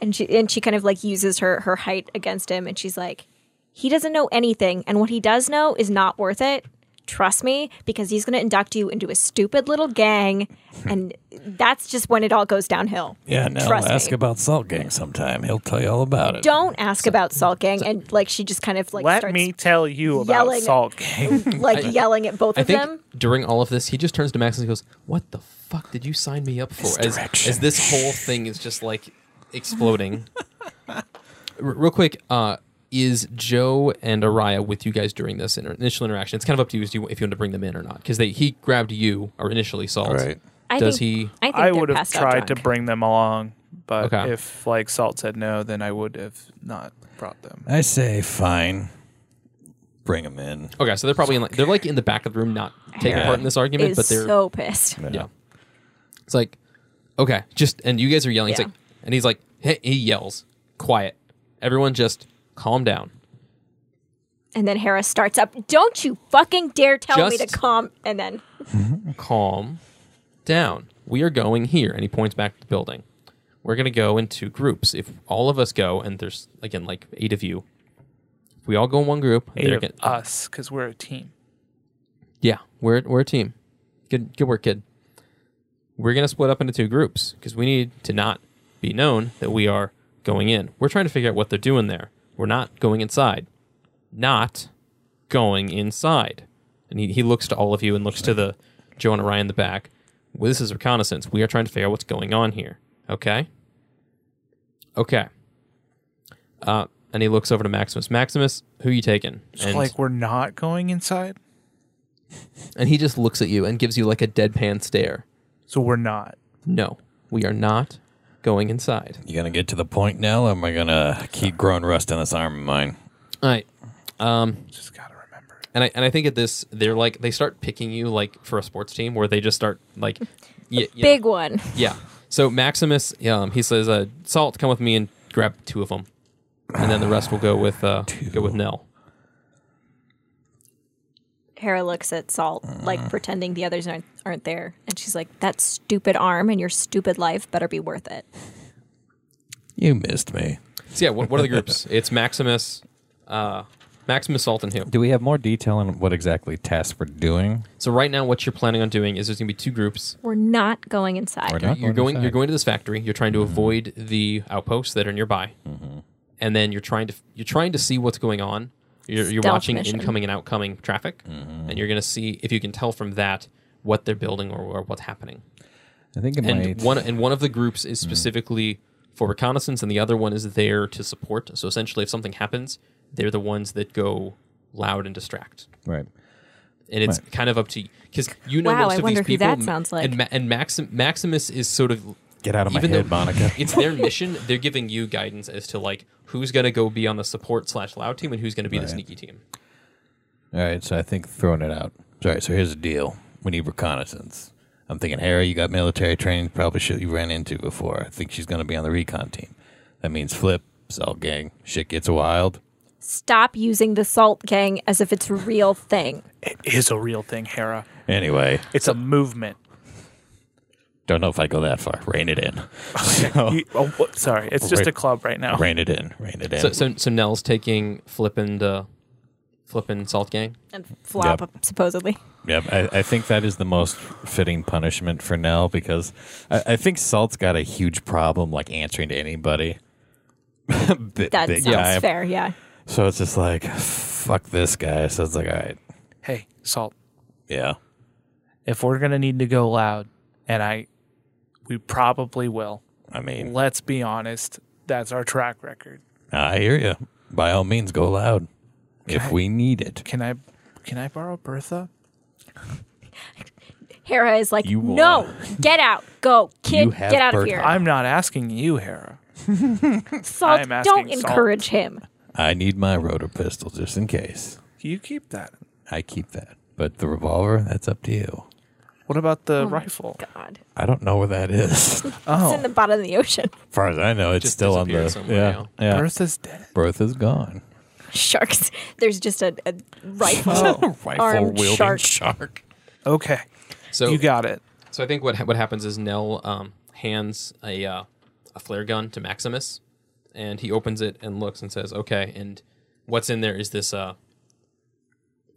Speaker 4: and she and she kind of like uses her her height against him and she's like, "He doesn't know anything and what he does know is not worth it. Trust me because he's going to induct you into a stupid little gang and that's just when it all goes downhill."
Speaker 3: Yeah, now
Speaker 4: Trust
Speaker 3: ask
Speaker 4: me.
Speaker 3: about Salt Gang sometime. He'll tell you all about it.
Speaker 4: Don't ask about Salt Gang and like she just kind of like
Speaker 2: Let
Speaker 4: starts
Speaker 2: me tell you about
Speaker 4: yelling-
Speaker 2: Salt Gang.
Speaker 4: like yelling at both
Speaker 1: I
Speaker 4: of
Speaker 1: think
Speaker 4: them.
Speaker 1: during all of this, he just turns to Max and he goes, "What the fuck did you sign me up for?" As, as this whole thing is just like exploding. R- real quick, uh, is Joe and Araya with you guys during this inter- initial interaction? It's kind of up to you as to if you want to bring them in or not, because they he grabbed you or initially Salt.
Speaker 3: Right.
Speaker 4: I
Speaker 1: Does
Speaker 4: think,
Speaker 1: he?
Speaker 4: I, think
Speaker 2: I
Speaker 4: they're
Speaker 2: would have
Speaker 4: passed out
Speaker 2: tried to
Speaker 4: drunk.
Speaker 2: bring them along, but
Speaker 1: Okay.
Speaker 2: if like Salt said no, then I would have not brought them.
Speaker 3: I say fine. Bring him in.
Speaker 1: Okay, so they're probably in like they're like in the back of the room, not taking
Speaker 3: Yeah.
Speaker 1: part in this argument,
Speaker 4: is
Speaker 1: but they're
Speaker 4: so pissed.
Speaker 1: Yeah. It's like, okay, just and you guys are yelling. It's
Speaker 4: Yeah.
Speaker 1: like, and he's like, hey, he yells, quiet. Everyone, just calm down.
Speaker 4: And then Hera starts up. Don't you fucking dare tell me to
Speaker 1: Just-
Speaker 4: calm. And then
Speaker 1: Calm down. We are going here, and he points back to the building. We're gonna go in two groups. If all of us go, and there's again like eight of you, if we all go in one group,
Speaker 2: Eight
Speaker 1: they're
Speaker 2: of
Speaker 1: gonna-
Speaker 2: us, because we're a team.
Speaker 1: Yeah, we're we're a team. Good good work, kid. We're gonna split up into two groups because we need to not be known that we are going in. We're trying to figure out what they're doing there. We're not going inside. Not going inside. And he, he looks to all of you and looks to the Joe and Orion in the back. Well, this is reconnaissance. We are trying to figure out what's going on here. Okay. Okay. Uh, and he looks over to Maximus. Maximus, who you taking?
Speaker 2: So
Speaker 1: And-
Speaker 2: like we're not going inside,
Speaker 1: and he just looks at you and gives you like a deadpan stare.
Speaker 2: so we're not.
Speaker 1: No, we are not going inside.
Speaker 3: You gonna get to the point now, or am I gonna keep growing rust on this arm of mine?
Speaker 1: All right.
Speaker 2: Just gotta remember.
Speaker 1: um, And I and I think at this they're like they start picking you like for a sports team where they just start like yeah,
Speaker 4: big one.
Speaker 1: yeah. So Maximus um, he says uh, Salt come with me and grab two of them. And then the rest will go with uh, go with Nell.
Speaker 4: Hera looks at Salt,
Speaker 7: Mm.
Speaker 4: like pretending the others aren't aren't there, and she's like, "That stupid arm and your stupid life better be worth it."
Speaker 3: You missed me.
Speaker 1: So yeah, what, what are the groups? It's Maximus uh, Maximus Salt and who?
Speaker 7: Do we have more detail on what exactly tasks we're doing?
Speaker 1: So right now what you're planning on doing is there's going to be two groups.
Speaker 4: We're not going inside.
Speaker 7: We're not
Speaker 1: you're going
Speaker 7: inside.
Speaker 1: you're going to this factory you're trying to avoid the outposts that are nearby and then you're trying to you're trying to see what's going on you're, you're
Speaker 4: Stealth
Speaker 1: watching
Speaker 4: mission.
Speaker 1: incoming and outgoing traffic and you're going to see if you can tell from that what they're building or, or what's happening
Speaker 7: I think it
Speaker 1: and
Speaker 7: might.
Speaker 1: one and one of the groups is specifically for reconnaissance and the other one is there to support so essentially if something happens they're the ones that go loud and distract
Speaker 7: right.
Speaker 1: and it's kind of up to you because you know
Speaker 4: Wow, I
Speaker 1: most of
Speaker 4: wonder
Speaker 1: these
Speaker 4: who
Speaker 1: people.
Speaker 4: that sounds like.
Speaker 1: And, Ma- and Maxim- Maximus is sort of
Speaker 3: Get out of my
Speaker 1: even
Speaker 3: head,
Speaker 1: though
Speaker 3: Monica.
Speaker 1: It's their mission. They're giving you guidance as to like who's going to go be on the support slash loud team and who's going to be the sneaky team.
Speaker 3: All right, so I think throwing it out. All right, so here's the deal. We need reconnaissance. I'm thinking, Harry, you got military training, probably shit you ran into before. I think she's going to be on the recon team. That means flip, salt gang, shit gets wild.
Speaker 4: Stop using the Salt Gang as if it's a real thing.
Speaker 2: It is a real thing, Hera.
Speaker 3: Anyway,
Speaker 2: It's a movement.
Speaker 3: don't know if I go that far. Rein it in. So,
Speaker 2: You- oh, wha- sorry, it's just
Speaker 3: Right.
Speaker 2: a club right now.
Speaker 3: rein it in. Rein it in.
Speaker 1: Oh. So so, so Nell's taking Flip and uh, Flip and Salt Gang.
Speaker 4: And flop supposedly.
Speaker 7: Yep, I, I think that is the most fitting punishment for Nell because I, I think Salt's got a huge problem like answering to anybody. Big-
Speaker 4: That
Speaker 7: big
Speaker 4: sounds
Speaker 7: guy.
Speaker 4: fair. Yeah.
Speaker 3: so it's just like, fuck this guy. So it's like, all right,
Speaker 2: Hey, Salt.
Speaker 3: yeah.
Speaker 2: If we're gonna need to go loud, and I, we probably will.
Speaker 3: I mean,
Speaker 2: Let's be honest. That's our track record.
Speaker 3: I hear you. By all means, go loud if we need it.
Speaker 2: Can I, can I borrow Bertha?
Speaker 4: Hera is like,
Speaker 3: You will.
Speaker 4: "No, get out, go, kid,
Speaker 3: You have
Speaker 4: get out of
Speaker 3: bird
Speaker 4: here."
Speaker 2: I'm not asking you, Hera.
Speaker 4: Salt,
Speaker 2: I'm asking
Speaker 4: don't
Speaker 2: Salt.
Speaker 4: encourage him.
Speaker 3: I need my rotor pistol just in case.
Speaker 2: You keep that.
Speaker 3: I keep that. But the revolver, that's up to you.
Speaker 2: What about the rifle?
Speaker 4: God,
Speaker 3: I don't know where that is. as
Speaker 7: Oh.
Speaker 4: it's in the bottom of the ocean.
Speaker 3: far as I know, it's
Speaker 1: Just
Speaker 3: still on
Speaker 1: disappeared
Speaker 3: the
Speaker 1: somewhere
Speaker 7: Yeah,
Speaker 1: now.
Speaker 7: yeah.
Speaker 2: Bertha's dead.
Speaker 3: berth is gone.
Speaker 4: sharks. There's just a, a rifle.
Speaker 7: Oh. Rifle
Speaker 4: Armed
Speaker 7: wielding
Speaker 4: shark.
Speaker 7: shark.
Speaker 2: Okay,
Speaker 1: So
Speaker 2: you got it.
Speaker 1: So I think what ha- what happens is Nell um, hands a uh, a flare gun to Maximus, and he opens it and looks and says, "Okay." And what's in there is this uh,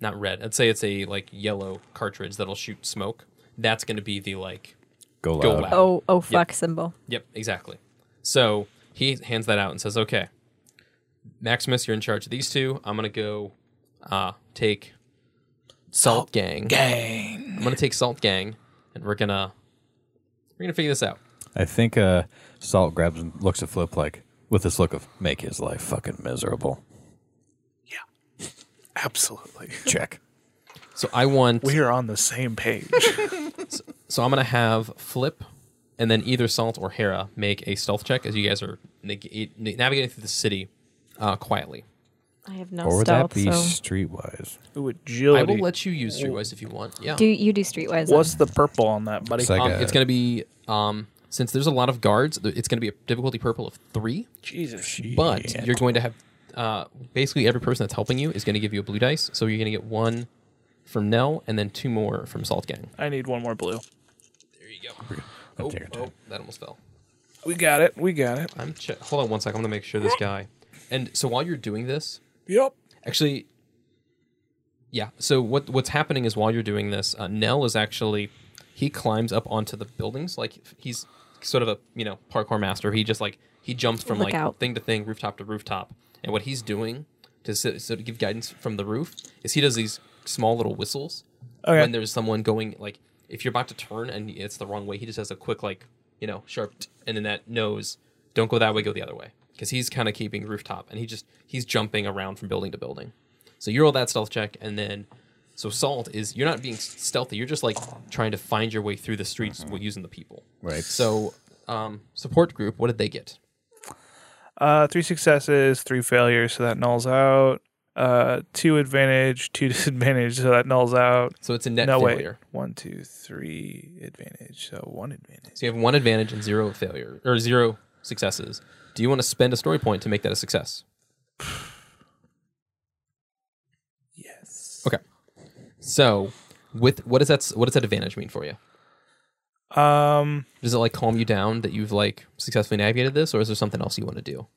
Speaker 1: not red. I'd say it's a like yellow cartridge that'll shoot smoke. That's going to be the like
Speaker 7: Go loud.
Speaker 1: go loud.
Speaker 4: Oh, oh, fuck symbol.
Speaker 1: Yep, exactly. So he hands that out and says, "Okay, Maximus, you're in charge of these two. I'm gonna go uh, take Salt Gang. Gang. I'm gonna take Salt Gang, and we're gonna we're gonna figure this out.
Speaker 7: I think uh, Salt grabs and looks at Flip like with this look of make his life fucking miserable.
Speaker 2: Absolutely,
Speaker 7: Check.
Speaker 1: So I want.
Speaker 2: we are on the same page.
Speaker 1: So I'm gonna have Flip, and then either Salt or Hera make a stealth check as you guys are neg- e-, navigating through the city uh, quietly.
Speaker 4: I have no
Speaker 7: or would
Speaker 4: stealth.
Speaker 7: that be
Speaker 4: So
Speaker 7: streetwise?
Speaker 2: Ooh,
Speaker 1: I
Speaker 2: agility.
Speaker 1: will let you use streetwise if you want. Yeah.
Speaker 4: do you do streetwise?
Speaker 2: What's the purple on that, buddy?
Speaker 7: It's like
Speaker 1: Um,
Speaker 7: a-
Speaker 1: it's going to be um, since there's a lot of guards. th- It's going to be a difficulty purple of three,
Speaker 2: Oh, Jesus,
Speaker 1: but you're going to have uh, basically every person that's helping you is going to give you a blue dice. So you're going to get one from Nell and then two more from Salt Gang.
Speaker 2: I need one more blue.
Speaker 1: There you go. Oh,
Speaker 7: take your
Speaker 1: oh,
Speaker 7: time.
Speaker 1: that almost fell.
Speaker 2: We got it. We got it.
Speaker 1: I'm che- hold on one sec. I'm going to make sure this guy. And so while you're doing this,
Speaker 2: Yep.
Speaker 1: Actually, yeah. So what what's happening is while you're doing this, uh, Nell is actually he climbs up onto the buildings like he's sort of a you know parkour master. He just like he jumps from
Speaker 4: Look
Speaker 1: like
Speaker 4: out.
Speaker 1: thing to thing, rooftop to rooftop. And what he's doing to s- so to give guidance from the roof is he does these small little whistles
Speaker 2: Okay.
Speaker 1: when there's someone going like if you're about to turn and it's the wrong way, he just has a quick like you know sharp t- and then that knows don't go that way, go the other way because he's kind of keeping rooftop and he just he's jumping around from building to building. So you roll that stealth check and then so salt is you're not being s- stealthy, you're just like trying to find your way through the streets while using the people.
Speaker 7: Right.
Speaker 1: So um, support group, what did they get?
Speaker 2: Uh, three successes, three failures, so that nulls out. Uh, two advantage, two disadvantage, so that nulls out.
Speaker 1: So it's a net
Speaker 2: no
Speaker 1: failure.
Speaker 2: wait, one, two, three advantage, so one advantage.
Speaker 1: So you have one advantage and zero failure or zero successes. Do you want to spend a story point to make that a success?
Speaker 2: Yes.
Speaker 1: Okay. So, with what does that what does that advantage mean for you?
Speaker 2: Um,
Speaker 1: Does it like calm you down that you've like successfully navigated this, or is there something else you want to do?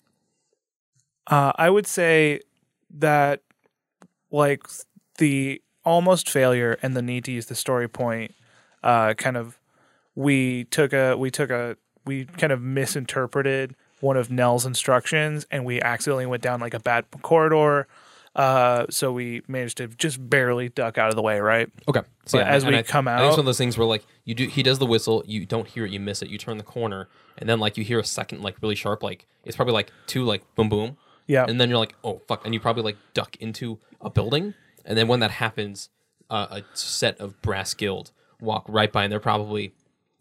Speaker 2: uh, I would say that like the almost failure and the need to use the story point, uh, kind of we took a we took a we kind of misinterpreted one of Nell's instructions and we accidentally went down like a bad corridor. Uh, so we managed to just barely duck out of the way, right?
Speaker 1: Okay. So
Speaker 2: But as
Speaker 1: and
Speaker 2: we
Speaker 1: I-
Speaker 2: come
Speaker 1: I think it's
Speaker 2: out-
Speaker 1: one of those things where like you do he does the whistle, you don't hear it, you miss it, you turn the corner, and then like you hear a second like really sharp like it's probably like two like boom boom,
Speaker 2: Yeah.
Speaker 1: and then you're like oh fuck, and you probably like duck into a building, and then when that happens, uh, a set of brass guild walk right by, and they're probably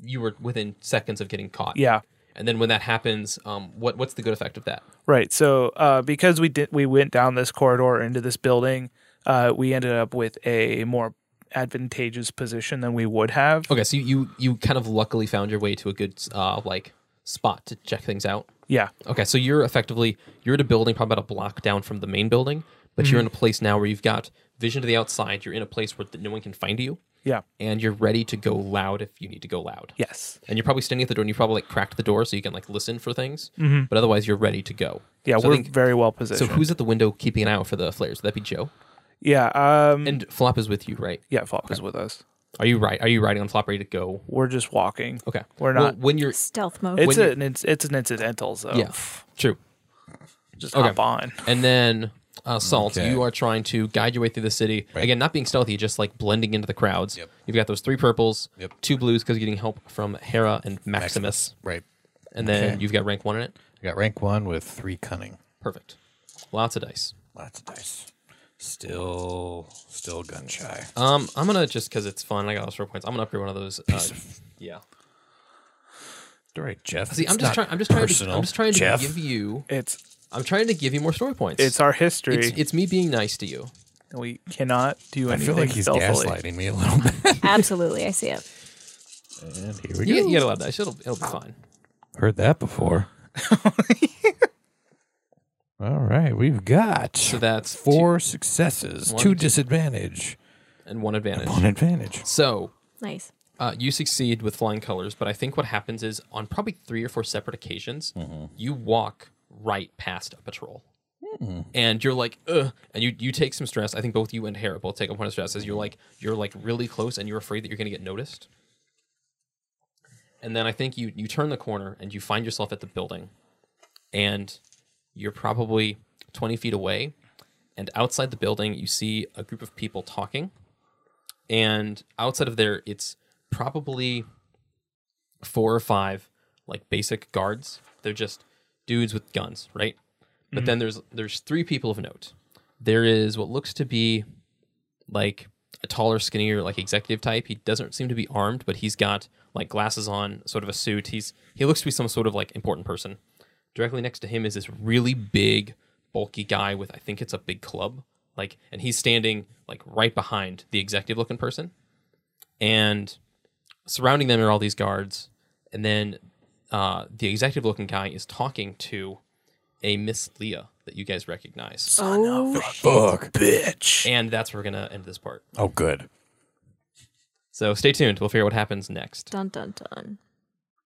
Speaker 1: you were within seconds of getting caught.
Speaker 2: yeah.
Speaker 1: And then when that happens, um, what what's the good effect of that?
Speaker 2: Right. So uh, because we did, we went down this corridor into this building. Uh, we ended up with a more advantageous position than we would have.
Speaker 1: Okay, so you you kind of luckily found your way to a good uh, like spot to check things out.
Speaker 2: Yeah.
Speaker 1: Okay, so you're effectively you're at a building probably about a block down from the main building, but
Speaker 2: Mm-hmm.
Speaker 1: you're in a place now where you've got vision to the outside. You're in a place where th- no one can find you,
Speaker 2: Yeah.
Speaker 1: and you're ready to go loud if you need to go loud.
Speaker 2: Yes.
Speaker 1: And you're probably standing at the door, and you probably like cracked the door so you can like listen for things. But otherwise, you're ready to go.
Speaker 2: Mm-hmm. Yeah.
Speaker 1: So I
Speaker 2: we're
Speaker 1: think-
Speaker 2: very well
Speaker 1: so
Speaker 2: positioned.
Speaker 1: who's at the window keeping an eye out for the flares? Would that be Joe?
Speaker 2: yeah. Um.
Speaker 1: And Flop is with you, right?
Speaker 2: yeah. Flop is with us.
Speaker 1: Are you right? Are you riding on Flop ready to go?
Speaker 2: We're just walking.
Speaker 1: Okay,
Speaker 2: We're
Speaker 1: Well,
Speaker 2: not-
Speaker 1: when you're
Speaker 4: stealth mode?
Speaker 2: It's
Speaker 1: When you-
Speaker 2: an it's, it's an incidental. So
Speaker 1: yeah, true.
Speaker 2: Just
Speaker 1: Okay.
Speaker 2: hop on.
Speaker 1: And then uh, Salt,
Speaker 7: Okay.
Speaker 1: you are trying to guide your way through the city. Again, not being stealthy, just like blending into the crowds.
Speaker 7: Yep.
Speaker 1: You've got those three purples,
Speaker 7: Yep.
Speaker 1: two blues because you're getting help from Hera and Maximus.
Speaker 7: Right.
Speaker 1: And then
Speaker 7: Okay.
Speaker 1: you've got rank one in it.
Speaker 7: I got rank one with three cunning.
Speaker 1: Perfect. Lots of dice.
Speaker 7: Lots of dice. Still, still gun shy.
Speaker 1: Um, I'm gonna just because it's fun. I got all story points. I'm gonna upgrade one of those. Uh, yeah.
Speaker 7: All right, Jeff.
Speaker 1: See, I'm
Speaker 7: it's
Speaker 1: just
Speaker 7: not
Speaker 1: trying. I'm just trying. To,
Speaker 7: personal.
Speaker 1: I'm just trying to
Speaker 7: Jeff,
Speaker 1: give you.
Speaker 2: It's
Speaker 1: I'm trying to give you more story points.
Speaker 2: it's our history.
Speaker 1: it's, it's me being nice to you.
Speaker 2: and we cannot do
Speaker 7: I
Speaker 2: anything
Speaker 7: feel like he's
Speaker 2: stealthily.
Speaker 7: gaslighting me a little bit.
Speaker 4: Absolutely, I see it.
Speaker 7: and here we go.
Speaker 1: You get, you get a lot of dice. It'll, it'll be fine.
Speaker 7: Heard that before.
Speaker 3: All right, we've got
Speaker 1: So that's
Speaker 3: four successes,
Speaker 1: One,
Speaker 3: two
Speaker 1: two.
Speaker 3: disadvantage,
Speaker 1: two and one advantage.
Speaker 3: one advantage.
Speaker 1: So
Speaker 4: Nice.
Speaker 1: uh, you succeed with flying colors, but I think what happens is on probably three or four separate occasions, you walk right past a patrol. And you're like, ugh, and you you take some stress. I think both you and Hera both take a point of stress as you're like you're like really close and you're afraid that you're gonna get noticed. And then I think you you turn the corner and you find yourself at the building, and you're probably twenty feet away, and outside the building you see a group of people talking and outside of there it's probably four or five like basic guards they're just dudes with guns right but then there's there's three people of note there is what looks to be like a taller skinnier like executive type he doesn't seem to be armed but he's got like glasses on sort of a suit he's he looks to be some sort of like important person directly next to him is this really big bulky guy with i think it's a big club like and he's standing like right behind the executive looking person and surrounding them are all these guards and then uh, the executive looking guy is talking to a miss leah that you guys recognize
Speaker 4: Oh,
Speaker 3: Fuck, bitch.
Speaker 1: and that's where we're gonna end this part
Speaker 3: Oh, good.
Speaker 1: so stay tuned we'll figure out what happens next
Speaker 4: dun dun dun.